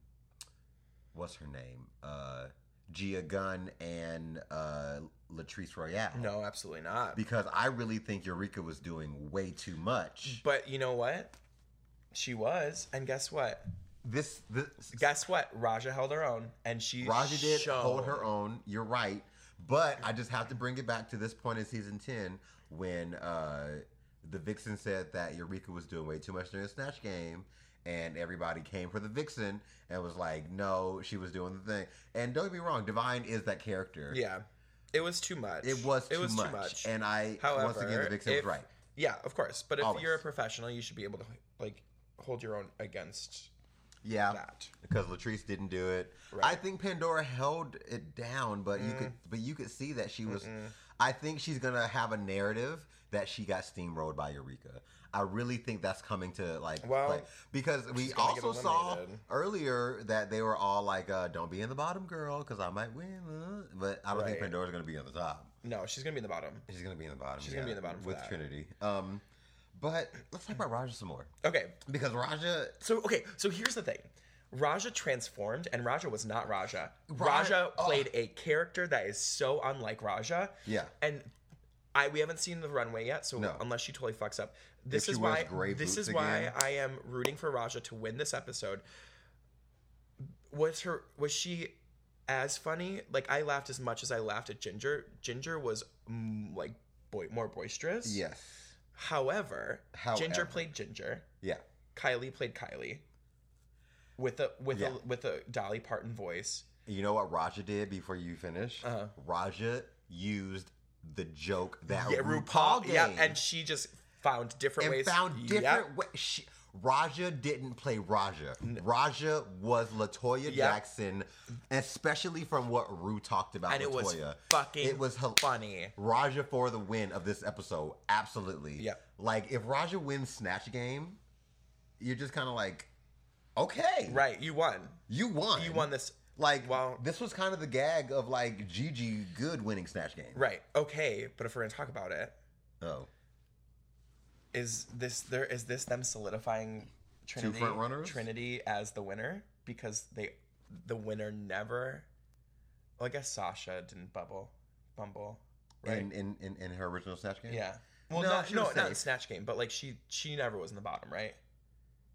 what's her name, uh, Gia Gunn and uh, Latrice Royale?
no, absolutely not.
because I really think Eureka was doing way too much.
But you know what? She was, and guess what?
This this
Guess what? Raja held her own, and she
Raja did
showed.
hold her own. You're right, but I just have to bring it back to this point in season ten when uh, the Vixen said that Eureka was doing way too much during the snatch game, and everybody came for the Vixen and was like, "No, she was doing the thing." And don't get me wrong, Divine is that character.
Yeah, it was too much.
it was too,
it was
much.
too much.
And I
However,
once again, the Vixen
if,
was right.
Yeah, of course. But if
Always.
you're a professional, you should be able to like hold your own against
Yeah,
that.
because Latrice didn't do it. I
Right.
think Pandora held it down, but you could but you could see that she was. I think she's gonna have a narrative that she got steamrolled by Eureka. I really think that's coming to like
Well,
play. because we
she's gonna get
also saw
eliminated.
earlier that they were all like, uh, "Don't be in the bottom, girl, because I might win." uh," But I don't think
Right.
Pandora's gonna be on the top.
No, she's gonna be in the bottom.
She's gonna be in the bottom.
She's gonna be in the bottom for
with
that.
Trinity. Um, but let's talk about Raja some more
Okay.
because Raja
So okay. So here's the thing. Raja transformed, and Raja was not Raja.
Ra-
Raja
oh.
played a character that is so unlike Raja.
Yeah.
and I we haven't seen the runway yet, so
No.
unless she totally fucks up, this
she
is
wears
why
gray
this
boots
is why
again.
I am rooting for Raja to win this episode. Was her was she as funny? Like I laughed as much as I laughed at Ginger. Ginger was mm, like boy more boisterous.
yes.
However, Ginger
However.
played Ginger.
Yeah.
Kylie played Kylie with a with
Yeah.
a with a Dolly Parton voice.
You know what Raja did before you finish?
Uh-huh.
Raja used the joke that
Yeah,
RuPaul,
Yeah,
gave
and she just found different
and
ways.
found
Yep.
different ways. She, Raja didn't play Raja. Raja was Latoya Jackson, especially from what Rue talked about.
And it was
Latoya.
fucking
it was hel-
funny.
Raja for the win of this episode. Absolutely.
Yeah.
Like if Raja wins Snatch Game, you're just kind of like, okay,
Right, you won.
You won.
You won this.
Like
Wow.
this was kind of the gag of like Gigi Good winning Snatch Game.
Right, okay, but if we're gonna talk about it,
Oh.
is this there is this them solidifying Trinity
front runners?
Trinity as the winner because they the winner never. Well, I guess Sasha didn't bubble, bumble, right?
In, in, in, in her original Snatch Game?
yeah. Well,
No,
not,
she
no,
was
not in
safe.
snatch game, but like she she never was in the bottom, right?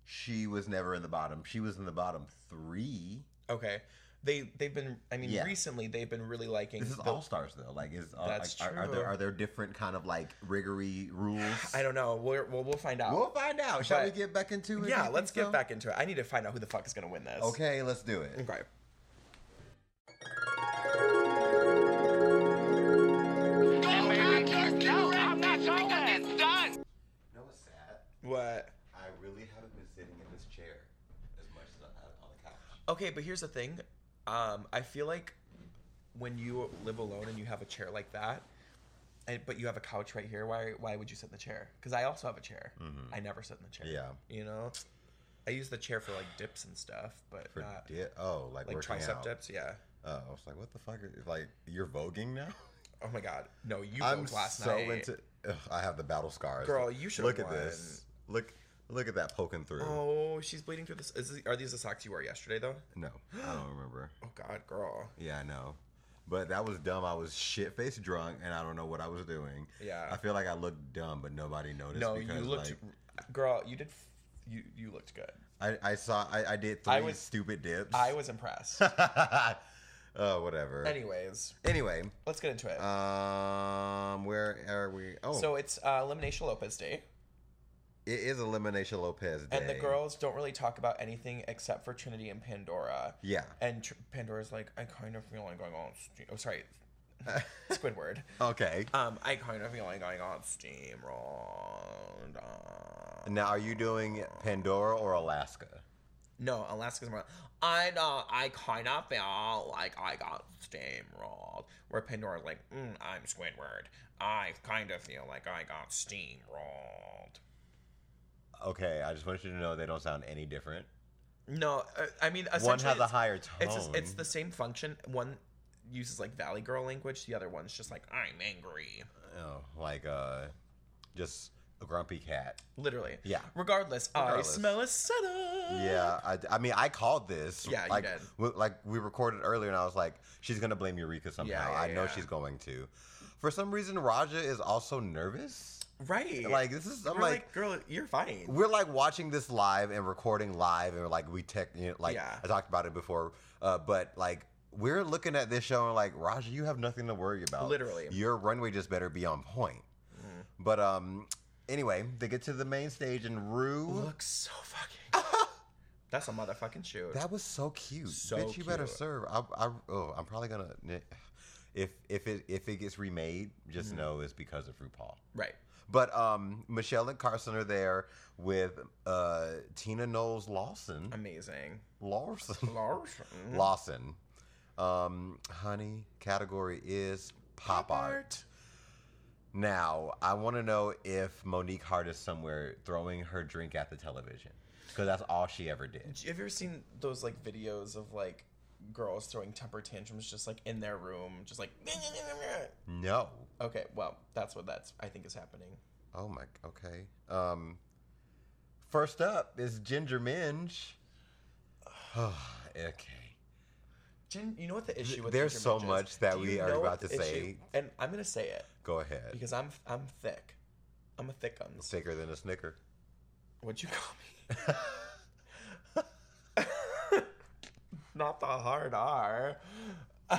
She was never in the bottom. She was in the bottom three.
Okay. They they've been. I mean,
Yeah.
recently they've been really liking.
This is
the-
All Stars though. Like is uh,
That's
like, Are, are there
true.
are there different kind of like rigory rules?
I don't know. We're, well, we'll find out.
We'll find out. Shall we
But-
get back into it?
yeah,
You
let's
think
get
so?
back into it. I need to find out who the fuck is gonna win this.
Okay, let's do it.
Okay.
No, it's sad.
What?
I really haven't been sitting in this chair as much as I have on the couch.
Okay, but here's the thing. Um, I feel like when you live alone and you have a chair like that, and, but you have a couch right here. Why? Why would you sit in the chair? Because I also have a chair. I never sit in the chair.
Mm-hmm. Yeah.
You know, I use the chair for like dips and stuff, but
For
not
di- oh, like,
Uh, like
working
tricep
out.
dips. Yeah.
Oh, I was like, what the fuck? Is, like you're voguing now?
Oh my god. No, you
I'm
vlogged last
so
night.
into. Ugh, I have the battle scars.
Girl, you should've
look at this. Look, look at that poking through.
Oh, she's bleeding through this. Is, are these the socks you wore yesterday though?
No, I don't remember.
Oh god, girl.
Yeah, I know. But that was dumb. I was shit faced drunk and I don't know what I was doing.
Yeah.
I feel like I looked dumb, but nobody noticed.
no, you
because,
looked.
like,
girl, you did. f- You you looked good.
I, I saw. I, I did three
I was-
stupid dips.
I was impressed.
oh, whatever.
Anyways,
Anyway,
let's get into it.
um, where are we? Uh, Oh,
So it's uh, Elimination Lopez Day,
it is Elimination Lopez Day.
and the girls don't really talk about anything except for Trinity and Pandora.
Yeah.
And tr- Pandora's like, I kind of feel like going on. Steam. Oh, sorry, Squidward.
Okay.
Um, I kind of feel like going on steamrolled. uh,
Now, are you doing Pandora or Alaska?
No, Alaska's more. I know. I kind of feel like I got steamrolled. Where Pandora's like, mm, I'm Squidward. I kind of feel like I got steamrolled.
Okay, I just want you to know they don't sound any different.
No, uh, I mean, essentially,
One has a
it's-
higher tone.
It's just, it's the same function. One uses like Valley Girl language. The other one's just like I'm angry.
Oh, like uh, just a grumpy cat.
Literally.
Yeah.
Regardless,
Regardless.
I smell a setup.
Yeah, I, I mean, I called this.
Eh. Yeah, you
like,
did.
We, like we recorded earlier, and I was like, she's gonna blame Eureka somehow.
yeah,
I know
yeah.
she's going to. For some reason, Raja is also nervous.
Right.
Like this is, I'm
We're
like,
like, girl, you're fine.
we're like watching this live and recording live, and like we tech, you know, like
Yeah.
I talked about it before, uh, but like. We're looking at this show and like Raja, you have nothing to worry about.
Literally. Mm-hmm.
your runway just better be on point. But um, anyway, they get to the main stage and Rue.
Looks so fucking. That's a motherfucking shoot.
That was so cute.
So
Bitch, you better
cute.
serve. I, I, oh, I'm probably gonna. If if it if it gets remade,
Mm-hmm.
just know it's because of RuPaul.
right.
But um, Michelle and Carson are there with uh, Tina Knowles Lawson.
Amazing.
Lawson.
Larson.
Lawson. Um, honey, category is pop, art. Now, I want to know if Monique Hart is somewhere throwing her drink at the television because that's all she ever did.
Have you ever seen those like videos of like girls throwing temper tantrums just like in their room, just like.
No.
Okay, well, that's what that's I think is happening.
Oh my. Okay. Um. First up is Ginger Minge. okay.
Jen, you know what the issue with
There's
ginger
so
minge is?
much that
Do you
we are
know
about
what
to
the issue-
say.
and I'm gonna say it
Go ahead.
because I'm I'm thick. I'm a thick uns.
Thicker than a Snicker.
What'd you call me? not the hard R.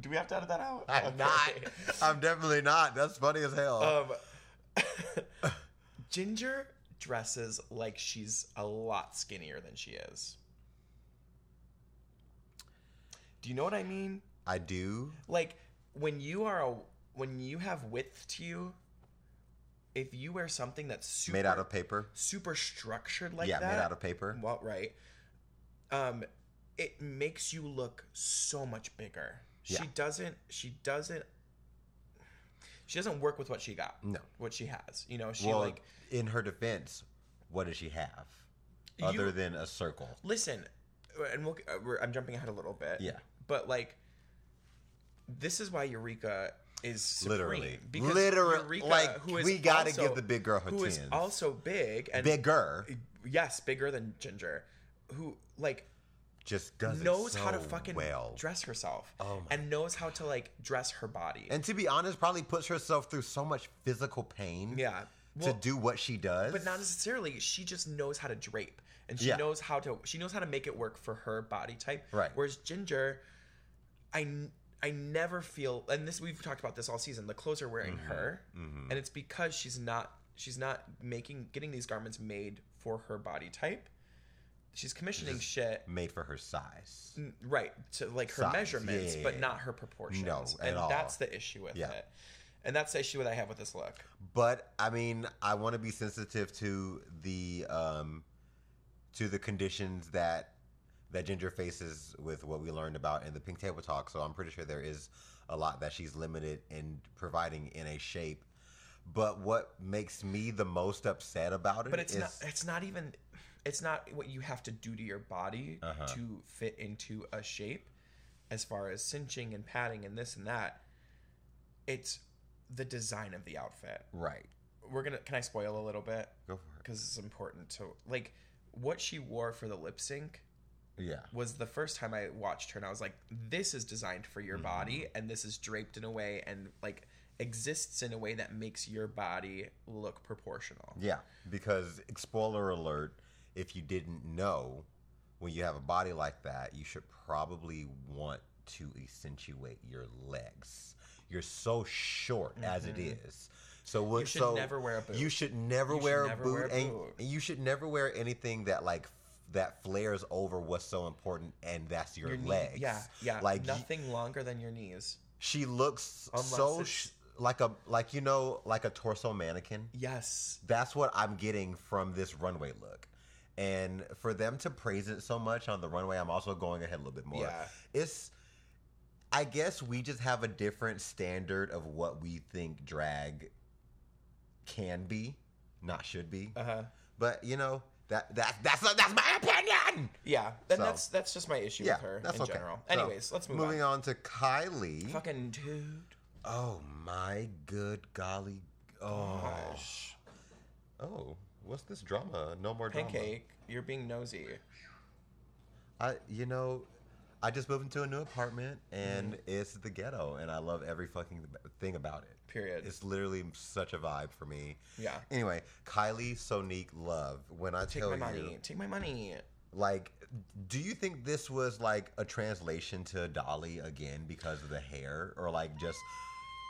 Do we have to edit that out?
I'm
Okay.
not. I'm definitely not. That's funny as hell.
Um, Ginger dresses like she's a lot skinnier than she is. Do you know what I mean?
I do.
like when you are a when you have width to you if you wear something that's super
made out of paper.
super structured like
yeah,
that,
made out of paper.
well, right, um, it makes you look so much bigger.
Yeah.
She doesn't. She doesn't. She doesn't work with what she got.
No.
what she has. You know, she
well,
like
in her defense, what does she have other
You-
than a circle?
listen, and we'll, uh, we're, I'm jumping ahead a little bit.
Yeah.
but like, this is why Eureka is supreme,
Literally.
because
Literally,
Eureka,
like,
who is
we gotta
also-
give the big girl her
who is
10s.
also big and
Bigger
yes, bigger than Ginger, who like
just does it
knows how to
so
fucking
well.
dress herself
Oh my
and knows how to like dress her body.
And to be honest, probably puts herself through so much physical pain.
yeah.
to do what she does.
but not necessarily. She just knows how to drape, and she
Yeah.
knows how to she knows how to make it work for her body type.
Right.
Whereas Ginger, I n- I never feel, and this we've talked about this all season. The clothes are wearing
Mm-hmm.
her, and it's because she's not she's not making getting these garments made for her body type. She's commissioning shit
made for her size.
n- right to like her
Size,
measurements,
yeah,
but
yeah,
not her proportions.
No, at
and
all.
that's the issue with
Yeah.
it. And that's the issue that I have with this look.
But I mean, I want to be sensitive to the um, to the conditions that that Ginger faces with what we learned about in the Pink Table Talk. So I'm pretty sure there is a lot that she's limited in providing in a shape. But what makes me the most upset about it
but it's
is-
not it's not even it's not what you have to do to your body
Uh-huh.
to fit into a shape as far as cinching and padding and this and that it's the design of the outfit
right.
we're gonna can i spoil a little bit
Go for
because it's important to like what she wore for the lip sync
it. Yeah.
was the first time i watched her and i was like this is designed for your
Mm-hmm.
body and this is draped in a way and like exists in a way that makes your body look proportional
Yeah, because spoiler alert, if you didn't know, when you have a body like that, you should probably want to accentuate your legs. You're so short as it is. So what?
Mm-hmm. You should
so
never wear a boot.
You should never
You should
wear
never
a boot,
wear a
and
boot.
and you should never wear anything that like f- that flares over what's so important, and that's your,
knee-
legs.
Yeah, yeah.
Like
Like
y-
nothing longer than your knees.
she looks
Unless
so
it's-
sh- like a like you know like a torso mannequin.
Yes.
That's what I'm getting from this runway look. And for them to praise it so much on the runway, I'm also going ahead a little bit more.
Yeah.
It's I guess we just have a different standard of what we think drag can be, not should be.
Uh huh.
But you know, that that that's that's my opinion.
Yeah. And
So-
that's that's just my issue
Yeah,
with her
that's
in
okay.
general.
So,
Anyways, let's move
moving
on.
on. to Kylie.
Fucking dude.
Oh my good golly. Oh.
Gosh.
Oh, what's this drama? No more drama.
Pancake, you're being nosy.
I, you know, I just moved into a new apartment and
Mm-hmm.
it's the ghetto, and I love every fucking thing about it.
Period.
It's literally such a vibe for me.
Yeah.
Anyway, Kylie Sonique Love. When I
Take
tell
my
you,
money. Take my money.
like, do you think this was like a translation to Dolly again because of the hair, or like just?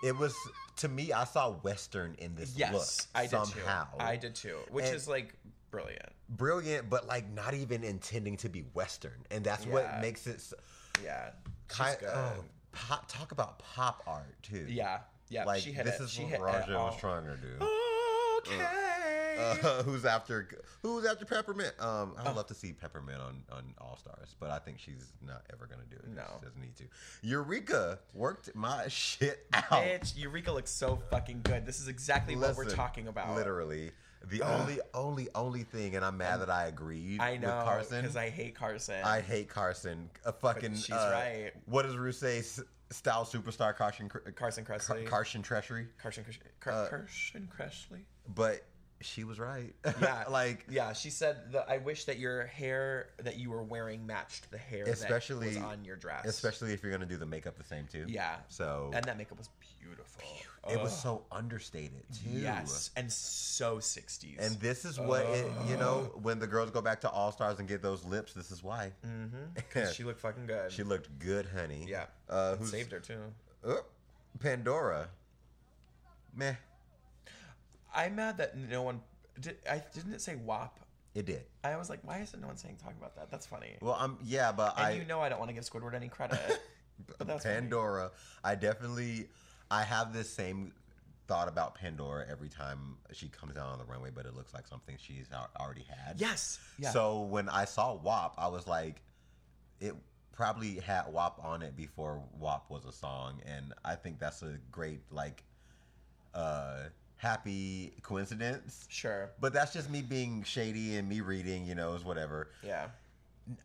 It was to me. I saw Western in this
Yes,
look
I did
somehow.
too. I did too, which
And-
is like brilliant.
brilliant, but like not even intending to be Western, and that's what
Yeah.
makes it. s-
Yeah. She's
Ki-
good.
oh, pop, talk about pop art too.
yeah. Yeah.
like
she hit
this
it.
is
she hit
what
it
Raja was
all. Oh,
trying to do.
Okay.
Uh, who's after Who's after Peppermint? Um,
Oh.
I would love to see Peppermint on on All Stars, but I think she's not ever gonna do it.
No.
she doesn't need to. Eureka worked my shit out.
Bitch, Eureka looks so fucking good. This is exactly what we're
Listen,
talking about.
Literally, the only only only thing, and I'm mad that I agreed.
I know
with Carson
because I hate Carson.
I hate Carson. A fucking.
she's
uh,
right.
What does Rue say? S- Style superstar Carson. Cr-
Carson Kressley.
Car- Carson Treasury.
Carson Kres- Car-
Uh,
Carson Kressley.
But she was right.
Yeah,
like
yeah. She said, the, "I wish that your hair that you were wearing matched the hair
Especially-
that was on your dress,
especially if you're gonna do the makeup the same too.
Yeah.
So
And that makeup was beautiful.
it was
Ugh.
so understated too.
Oh. yes, and so '60s.
And this is what it, you
Oh.
know when the girls go back to All Stars and get those lips. This is why. Mm-hmm.
she
she,
looked fucking good.
looked good, honey.
yeah,
Uh,
It
who's
saved her too.
Oh, Pandora? Meh.
I'm mad that no one did. I didn't it say WAP.
It did.
I was like, why isn't no one saying talking about that? That's funny.
Well, I'm yeah, but
and
I
you know, I don't want to give Squidward any credit. but that's funny.
Pandora. I definitely I have this same thought about Pandora every time she comes out on the runway, but it looks like something she's al- already had.
Yes. Yeah.
So when I saw WAP, I was like, it probably had WAP on it before WAP was a song, and I think that's a great like uh happy coincidence.
sure.
But that's just me being shady and me reading, you know, is whatever.
Yeah.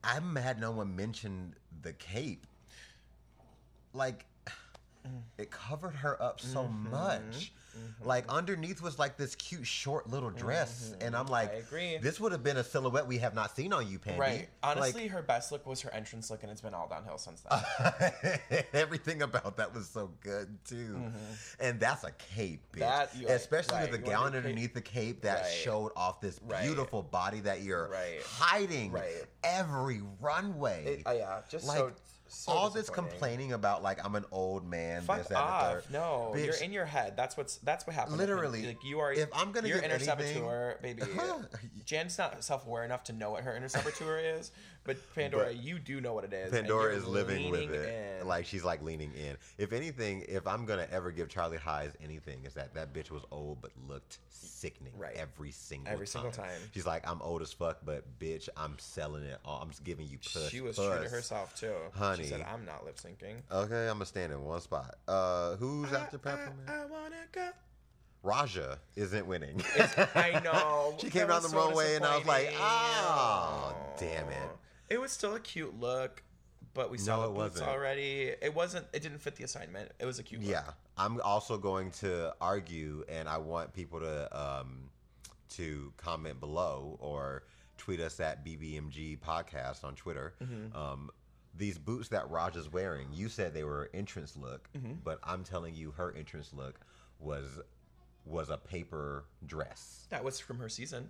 I haven't had no one mention the cape. Like, it covered her up so
Mm-hmm.
much. Like underneath was like this cute short little dress, and I'm like,
Mm-hmm. agree.
This would have been a silhouette we have not seen on you, Pandy.
Right.
Like,
Honestly, her best look was her entrance look, and it's been all downhill since then.
Everything about that was so good too, and that's a cape, bitch.
Mm-hmm. That- you-
Especially
right,
with
you
the
want
gown
your cape-
underneath the cape that
Right.
showed off this
Right.
beautiful body that you're
Right.
hiding
Right.
every runway.
It- uh, yeah, just
like
so, so
all this
disappointing.
complaining about like I'm an old man. this, that,
Fuck
and the
off!
third.
No,
Bitch,
you're in your head. That's what's that's what happened.
Literally,
like you are.
if I'm gonna
your
give
inner
anything-
saboteur, baby. Jan's not self-aware enough to know what her inner saboteur is, but Pandora,
But
you do know what it is. and
Pandora
you're
is living with
leaning
it.
in.
Like she's like leaning in. If anything, if I'm gonna ever give Charlie Hayes anything, is that that bitch was old but looked sickening
Right.
every single
Every single time.
She's like, I'm old as fuck, but bitch, I'm selling it. All. I'm just giving you push.
she was
push.
true to herself too.
Honey.
she said, "I'm not lip syncing."
Okay, I'm gonna stand in one spot. Uh, who's after
I,
Peppermint?
I, I wanna go.
Raja isn't winning.
I know.
She came
That
down
was
the
so
runway and I was like,
disappointing.
"Oh, damn it."
It was still a cute look, but we saw
No,
the
it
boots
wasn't.
already. It wasn't. It didn't fit the assignment. It was a cute look.
Yeah, I'm also going to argue, and I want people to um, to comment below or tweet us at BBMG Podcast on Twitter. Um, these boots that Raj is wearing, you said they were entrance look, but I'm telling you, her entrance look was was a paper dress.
That was from her season.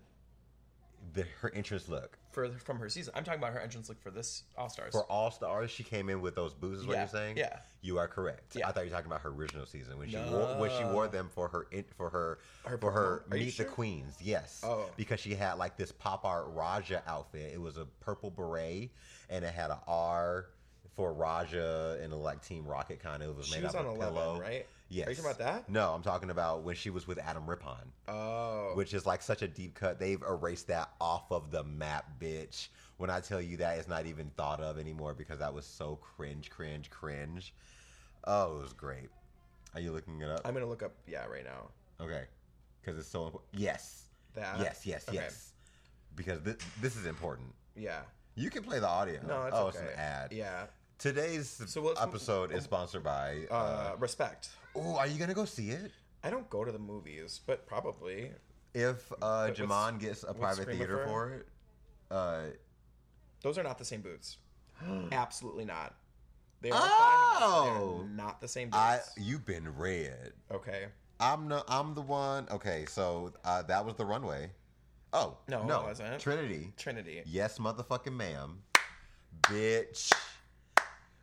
The, her entrance look
For from her season, I'm talking about her entrance look for this All Stars.
for All Stars, she came in with those boots. Is what
Yeah,
you're saying?
yeah.
you are correct.
Yeah.
I thought you were talking about her original season when she wore, when she wore them for her in, for her,
Her
for her
promo- are you
Meet
sure?
the Queens. Yes,
Oh.
because she had like this pop art Raja outfit. It was a purple beret and it had a R for Raja and a, like Team Rocket kind of. It was
She
made
was
out of
on
a
11,
pillow.
right?
Yes.
Are you talking about that?
No, I'm talking about when she was with Adam Rippon
Oh,
which is like such a deep cut. They've erased that off of the map, bitch. When I tell you that, it's not even thought of anymore because that was so cringe, cringe, cringe. Oh, it was great. Are you looking it up?
I'm gonna look up. Yeah, right now.
okay, because it's so important. Yes,
That.
yes, yes,
Uh, Okay.
yes. Because this this is important.
Yeah.
You can play the audio.
No, it's
oh, it's
okay.
an ad.
Yeah.
Today's
So let's-
episode is sponsored by.
Uh,
Uh,
respect.
oh, are you gonna go see it?
I don't go to the movies, but probably.
If uh,
what's-
Jamon gets a
what's
private
Screamer
theater
for?
for it, uh,
Those are not the same boots. Absolutely not. They are
Oh!
oh! not the same boots.
I you've been read.
okay.
I'm no, I'm the one. Okay, so uh, that was the runway. Oh
No,
no,
it wasn't.
Trinity.
Trinity
Yes, motherfucking ma'am, bitch.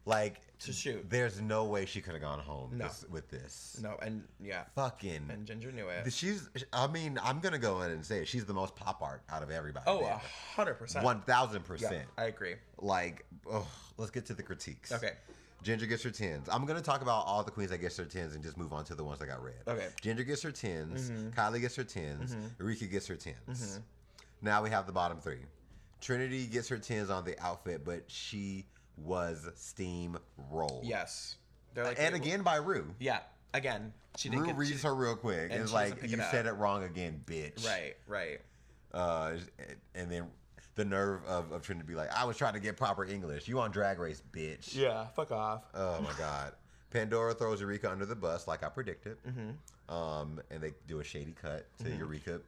Like
to shoot.
there's no way she could have gone home
No.
this, with this.
no, and yeah,
Fucking.
and Ginger knew
the-
it.
She's. I mean, I'm gonna go in and say it. she's the most pop art out of everybody.
Oh, a hundred percent.
one thousand
Yeah,
percent.
I agree.
Like, oh, let's get to the critiques.
Okay.
Ginger gets her tens. I'm gonna talk about all the queens that gets her tens and just move on to the ones that got red.
Okay. Mm-hmm.
Ginger gets her 10s Kylie gets her 10s Rika gets her 10s Now we have the bottom three. Trinity gets her tens on the outfit, but she was steamrolled.
Yes. They're like
And
wait,
again by Rue.
Yeah. Again, she didn't
Rue
get. she-
reads her real quick. it's
and she doesn't
like
pick
you
it up."
said it wrong again, bitch.
Right. Right.
Uh, and then the nerve of, of Trinity to be like, I was trying to get proper English. You on Drag Race, bitch.
Yeah. Fuck off.
Oh my God. Pandora throws Eureka under the bus, like I predicted.
Mm-hmm.
Um, and they do a shady cut to Eureka.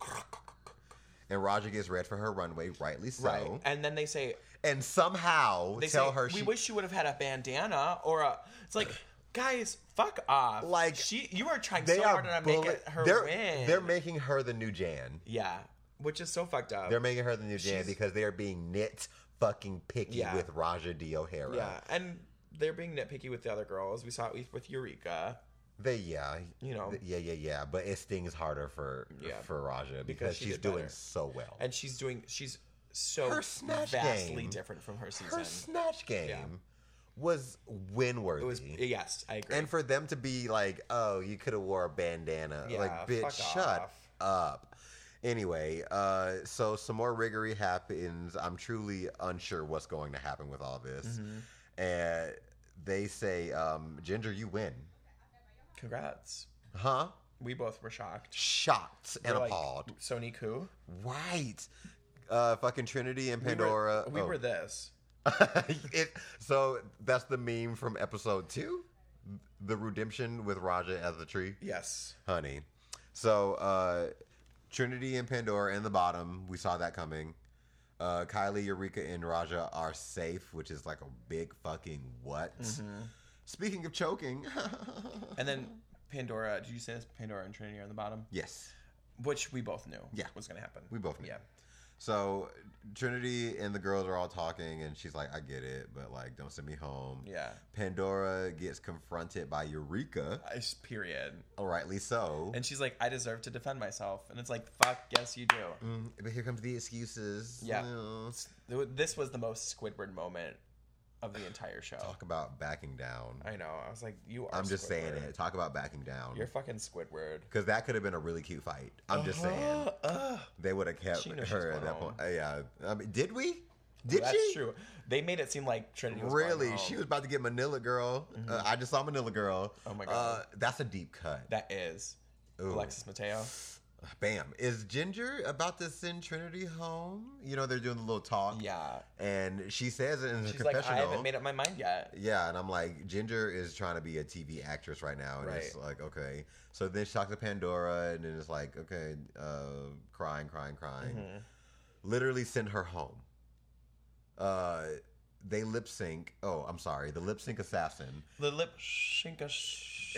And Roger gets red for her runway, rightly so.
Right. And then they say
And somehow
they
tell
say
her
we
she.
wish you would have had a bandana or a. It's like. Guys, fuck off!
Like,
she, you are trying
they
so
are
hard to make
bully-
it her
they're,
win.
They're making her the new Jan.
yeah, which is so fucked up.
They're making her the new Jan
She's-
because they are being nit fucking picky
Yeah.
with Raja D. O'Hara.
Yeah, and they're being nitpicky with the other girls. We saw it with- with Eureka
They yeah.
You know.
Th- Yeah, yeah, yeah. But it stings harder for
Yeah.
for Raja because,
Because she
she's
did
doing
better.
so well.
and she's doing she's so
Her snatch
vastly
game.
different from her season.
her snatch game
Yeah.
was win worthy.
It was yes, I agree.
And for them to be like, "Oh, you could have wore a bandana,"
Yeah,
like, "Bitch,
fuck
shut
off.
up." Anyway, uh, so some more riggery happens. I'm truly unsure what's going to happen with all this.
Mm-hmm.
And they say, um, "Ginger, you win,"
Congrats.
huh?
We both were shocked.
Shocked and
We're like,
appalled.
Sony coup.
Right. Uh, fucking Trinity and
We were-
Pandora.
We were,
oh.
this.
it, so that's the meme from episode two, the redemption with Raja as the tree,
Yes.
honey. So uh, Trinity and Pandora in the bottom. We saw that coming. Uh, Kylie, Eureka, and Raja are safe, which is like a big fucking what.
Mm-hmm.
Speaking of choking,
And then Pandora. Did you say this? Pandora and Trinity are on the bottom,
yes,
which we both knew.
Yeah.
was gonna happen.
we both knew.
Yeah.
So Trinity and the girls are all talking, and she's like, "I get it, but like, don't send me home."
Yeah.
Pandora gets confronted by Eureka.
I s- period.
Oh, rightly so.
And she's like, I deserve to defend myself. And it's like, fuck, yes, you do.
Mm, but here comes the excuses.
Yeah.
Mm.
Th- This was the most Squidward moment of the entire show.
Talk about backing down.
I know. I was like, you are.
I'm just saying
Squidward.
it. Talk about backing down.
You're fucking Squidward.
Because that could have been a really cute fight. I'm just saying.
Ugh.
They would have kept
Uh-huh. She knew she
her
was
at
going
that
home.
point. Uh, yeah. I mean, did we? Did
That's
she?
true. They made it seem like Trinity was going
Really?
home. Mm-hmm.
She was about to get Manila Girl. Uh, I just saw Manila Girl.
Oh my God.
Uh, that's a deep cut.
That is
Ooh.
Alexis Mateo.
Bam. Is Ginger about to send Trinity home? You know, they're doing the little talk.
Yeah.
And she says it in the
She's like,
confessional.
I haven't made up my mind yet.
Yeah, and I'm like, Ginger is trying to be a TV actress right now, and it's
Right.
like, okay. So then she talks to Pandora, and then it's like, okay, uh, crying, crying, crying.
Mm-hmm.
Literally send her home. Uh, they lip sync. Oh, I'm sorry, the lip sync assassin
The lip shinka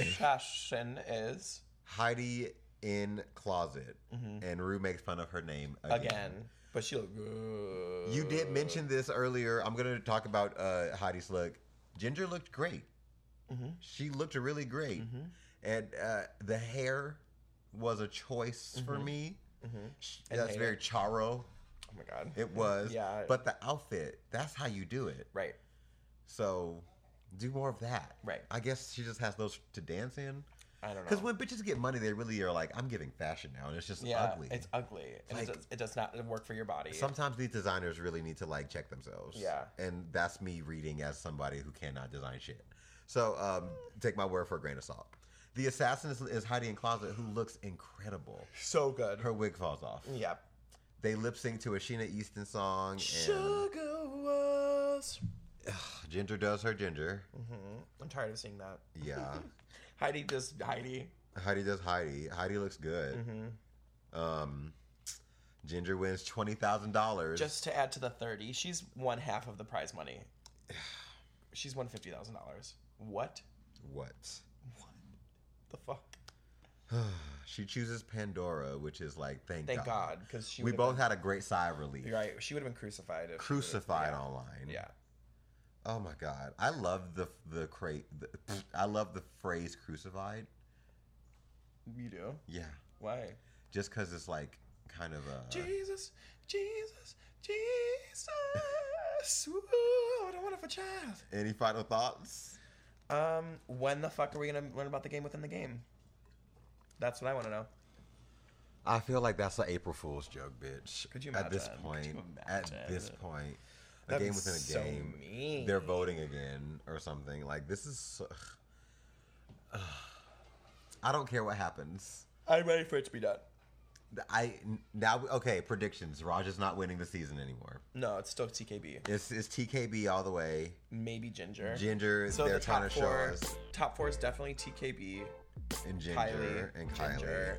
shashin is
Heidi in closet, and Rue makes fun of her name again.
Mm-hmm. again, but she looked good.
You did mention this earlier. I'm gonna talk about uh, Heidi's look. Ginger looked great.
Mm-hmm.
She looked really great, and uh, the hair was a choice for me. Sh-
Mm-hmm. And
That's
hair.
very Charo.
Oh my god.
It was,
Yeah.
But the outfit—that's how you do it.
right.
So, do more of that.
Right.
I guess she just has those to dance in.
I don't know.
Because when bitches get money, they really are like, "I'm giving fashion now," and it's just
yeah,
ugly.
it's ugly. And
Like-
it, does, it does not work for your body.
Sometimes these designers really need to like check themselves.
Yeah.
And that's me reading as somebody who cannot design shit. So um, take my word for a grain of salt. The assassin is, is Heidi in closet, who looks incredible.
so good.
Her wig falls off.
yeah.
They lip sync to a Sheena Easton song, and
Sugar was.
Ginger does her Ginger.
I'm tired of seeing that.
Yeah,
Heidi just Heidi.
Heidi does Heidi. Heidi looks good.
Mm-hmm.
Um, Ginger wins twenty thousand dollars.
Just to add to the thirty, she's won half of the prize money. She's won fifty thousand dollars. What
what?
the fuck?
She chooses Pandora, which is like thank,
Thank
God.
God, because she
We
would've
both had a great sigh of relief.
been, right. She would have been crucified. If she would've-
Crucified online.
Yeah.
Oh my God, I love the the cra- the, I love the phrase crucified.
You do.
Yeah,
Why?
just because it's like kind of a.
Jesus, Jesus, Jesus. Ooh, I don't want a child.
Any final thoughts?
Um, when the fuck are we gonna learn about the game within the game? That's what I want to know.
I feel like that's an April Fool's joke, bitch.
Could you
At this
imagine? Could
point,
you
at
imagine?
this point, a
That'd
game
be
within a
so
game.
mean.
They're voting again or something. Like this is. So, ugh. I don't care what happens.
I'm ready for it to be done.
I now okay predictions. Raj is not winning the season anymore.
No, it's still TKB.
It's, it's TKB all the way.
Maybe Ginger.
Ginger,
So
they're
the
trying
top
to show
four,
us.
top four is definitely TKB,
and Ginger
Kylie,
and Kylie.
Ginger.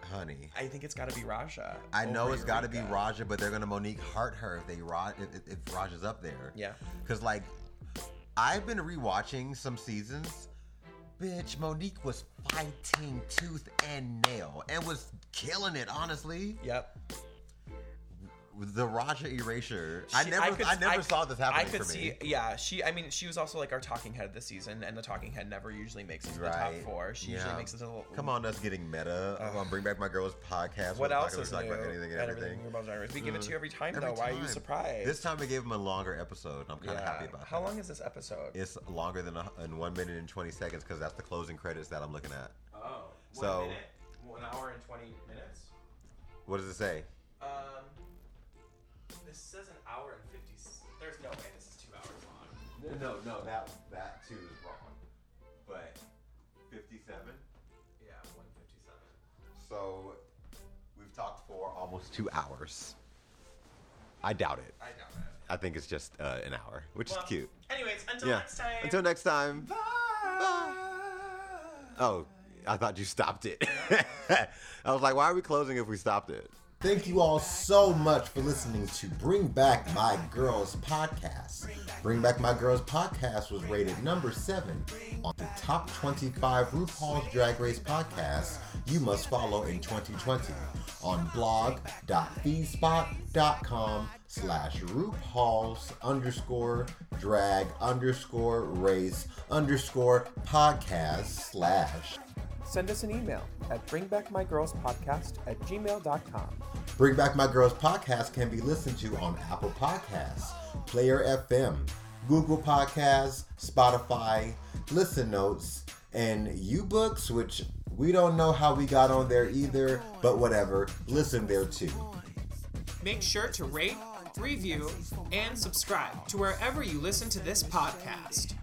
Honey.
I think it's got to be Raja.
I know
over
it's got to be
Eureka.
Raja, but they're gonna Monique hurt her if they Ra- if, if- if Raja's up there.
Yeah.
Cause like, I've been rewatching some seasons. Bitch, Monique was fighting tooth and nail and was killing it. Honestly,
Yep.
the Roger erasure. I
She-
never, I,
could-
never
could-
saw this happening
I could
for
see,
me.
yeah. She, I mean, she was also like our talking head this season, and the talking head never usually makes it to the top
Right.
four. She
Yeah.
usually makes it to the
Come on, us getting meta on Bring Back My Girls podcast. We're
What
not
else
gonna
is new?
talk about anything and everything.
about Drag Race. We give it to you every time,
Every
though. Why are you
time.
surprised?
This time we gave him a longer episode. and I'm kind of happy about
How
that.
long is this episode?
It's longer than a, in one minute and twenty seconds because that's the closing credits that I'm looking at.
Oh,
one So- minute?
one hour and twenty minutes.
What does it say?
Um, this says an hour and fifty. There's no way this is two hours long.
No, no, that that too is wrong. But fifty-seven.
Yeah, one fifty-seven.
So we've talked for almost two hours. I doubt it.
I doubt it.
I think it's just uh, an hour, which
Well,
is cute.
Anyways, until
yeah.
next time.
Until next time. Bye. Oh, I thought you stopped it. I was like, why are we closing if we stopped it?
Thank you all so much for listening to Bring Back My Girls podcast. Bring Back My Girls podcast was rated number seven on the top 25 RuPaul's Drag Race podcasts you must follow in 2020 on blog.feedspot.com slash RuPaul's underscore drag underscore race underscore podcast slash
Send us an email at bringbackmygirlspodcast at gmail.com.
Bring Back My Girls podcast can be listened to on Apple Podcasts, Player FM, Google Podcasts, Spotify, Listen Notes, and UBooks, which we don't know how we got on there either, but whatever. Listen there too.
Make sure to rate, review, and subscribe to wherever you listen to this podcast.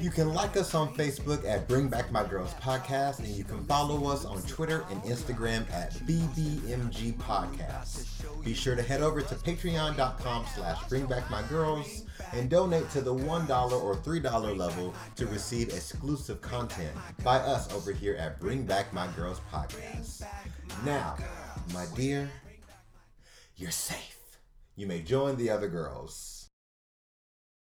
You can like us on Facebook at Bring Back My Girls Podcast, and you can follow us on Twitter and Instagram at BBMG Podcast. Be sure to head over to patreon.com slash Bring Back My Girls and donate to the $1 or $3 level to receive exclusive content by us over here at Bring Back My Girls Podcast. Now, my dear, you're safe. You may join the other girls.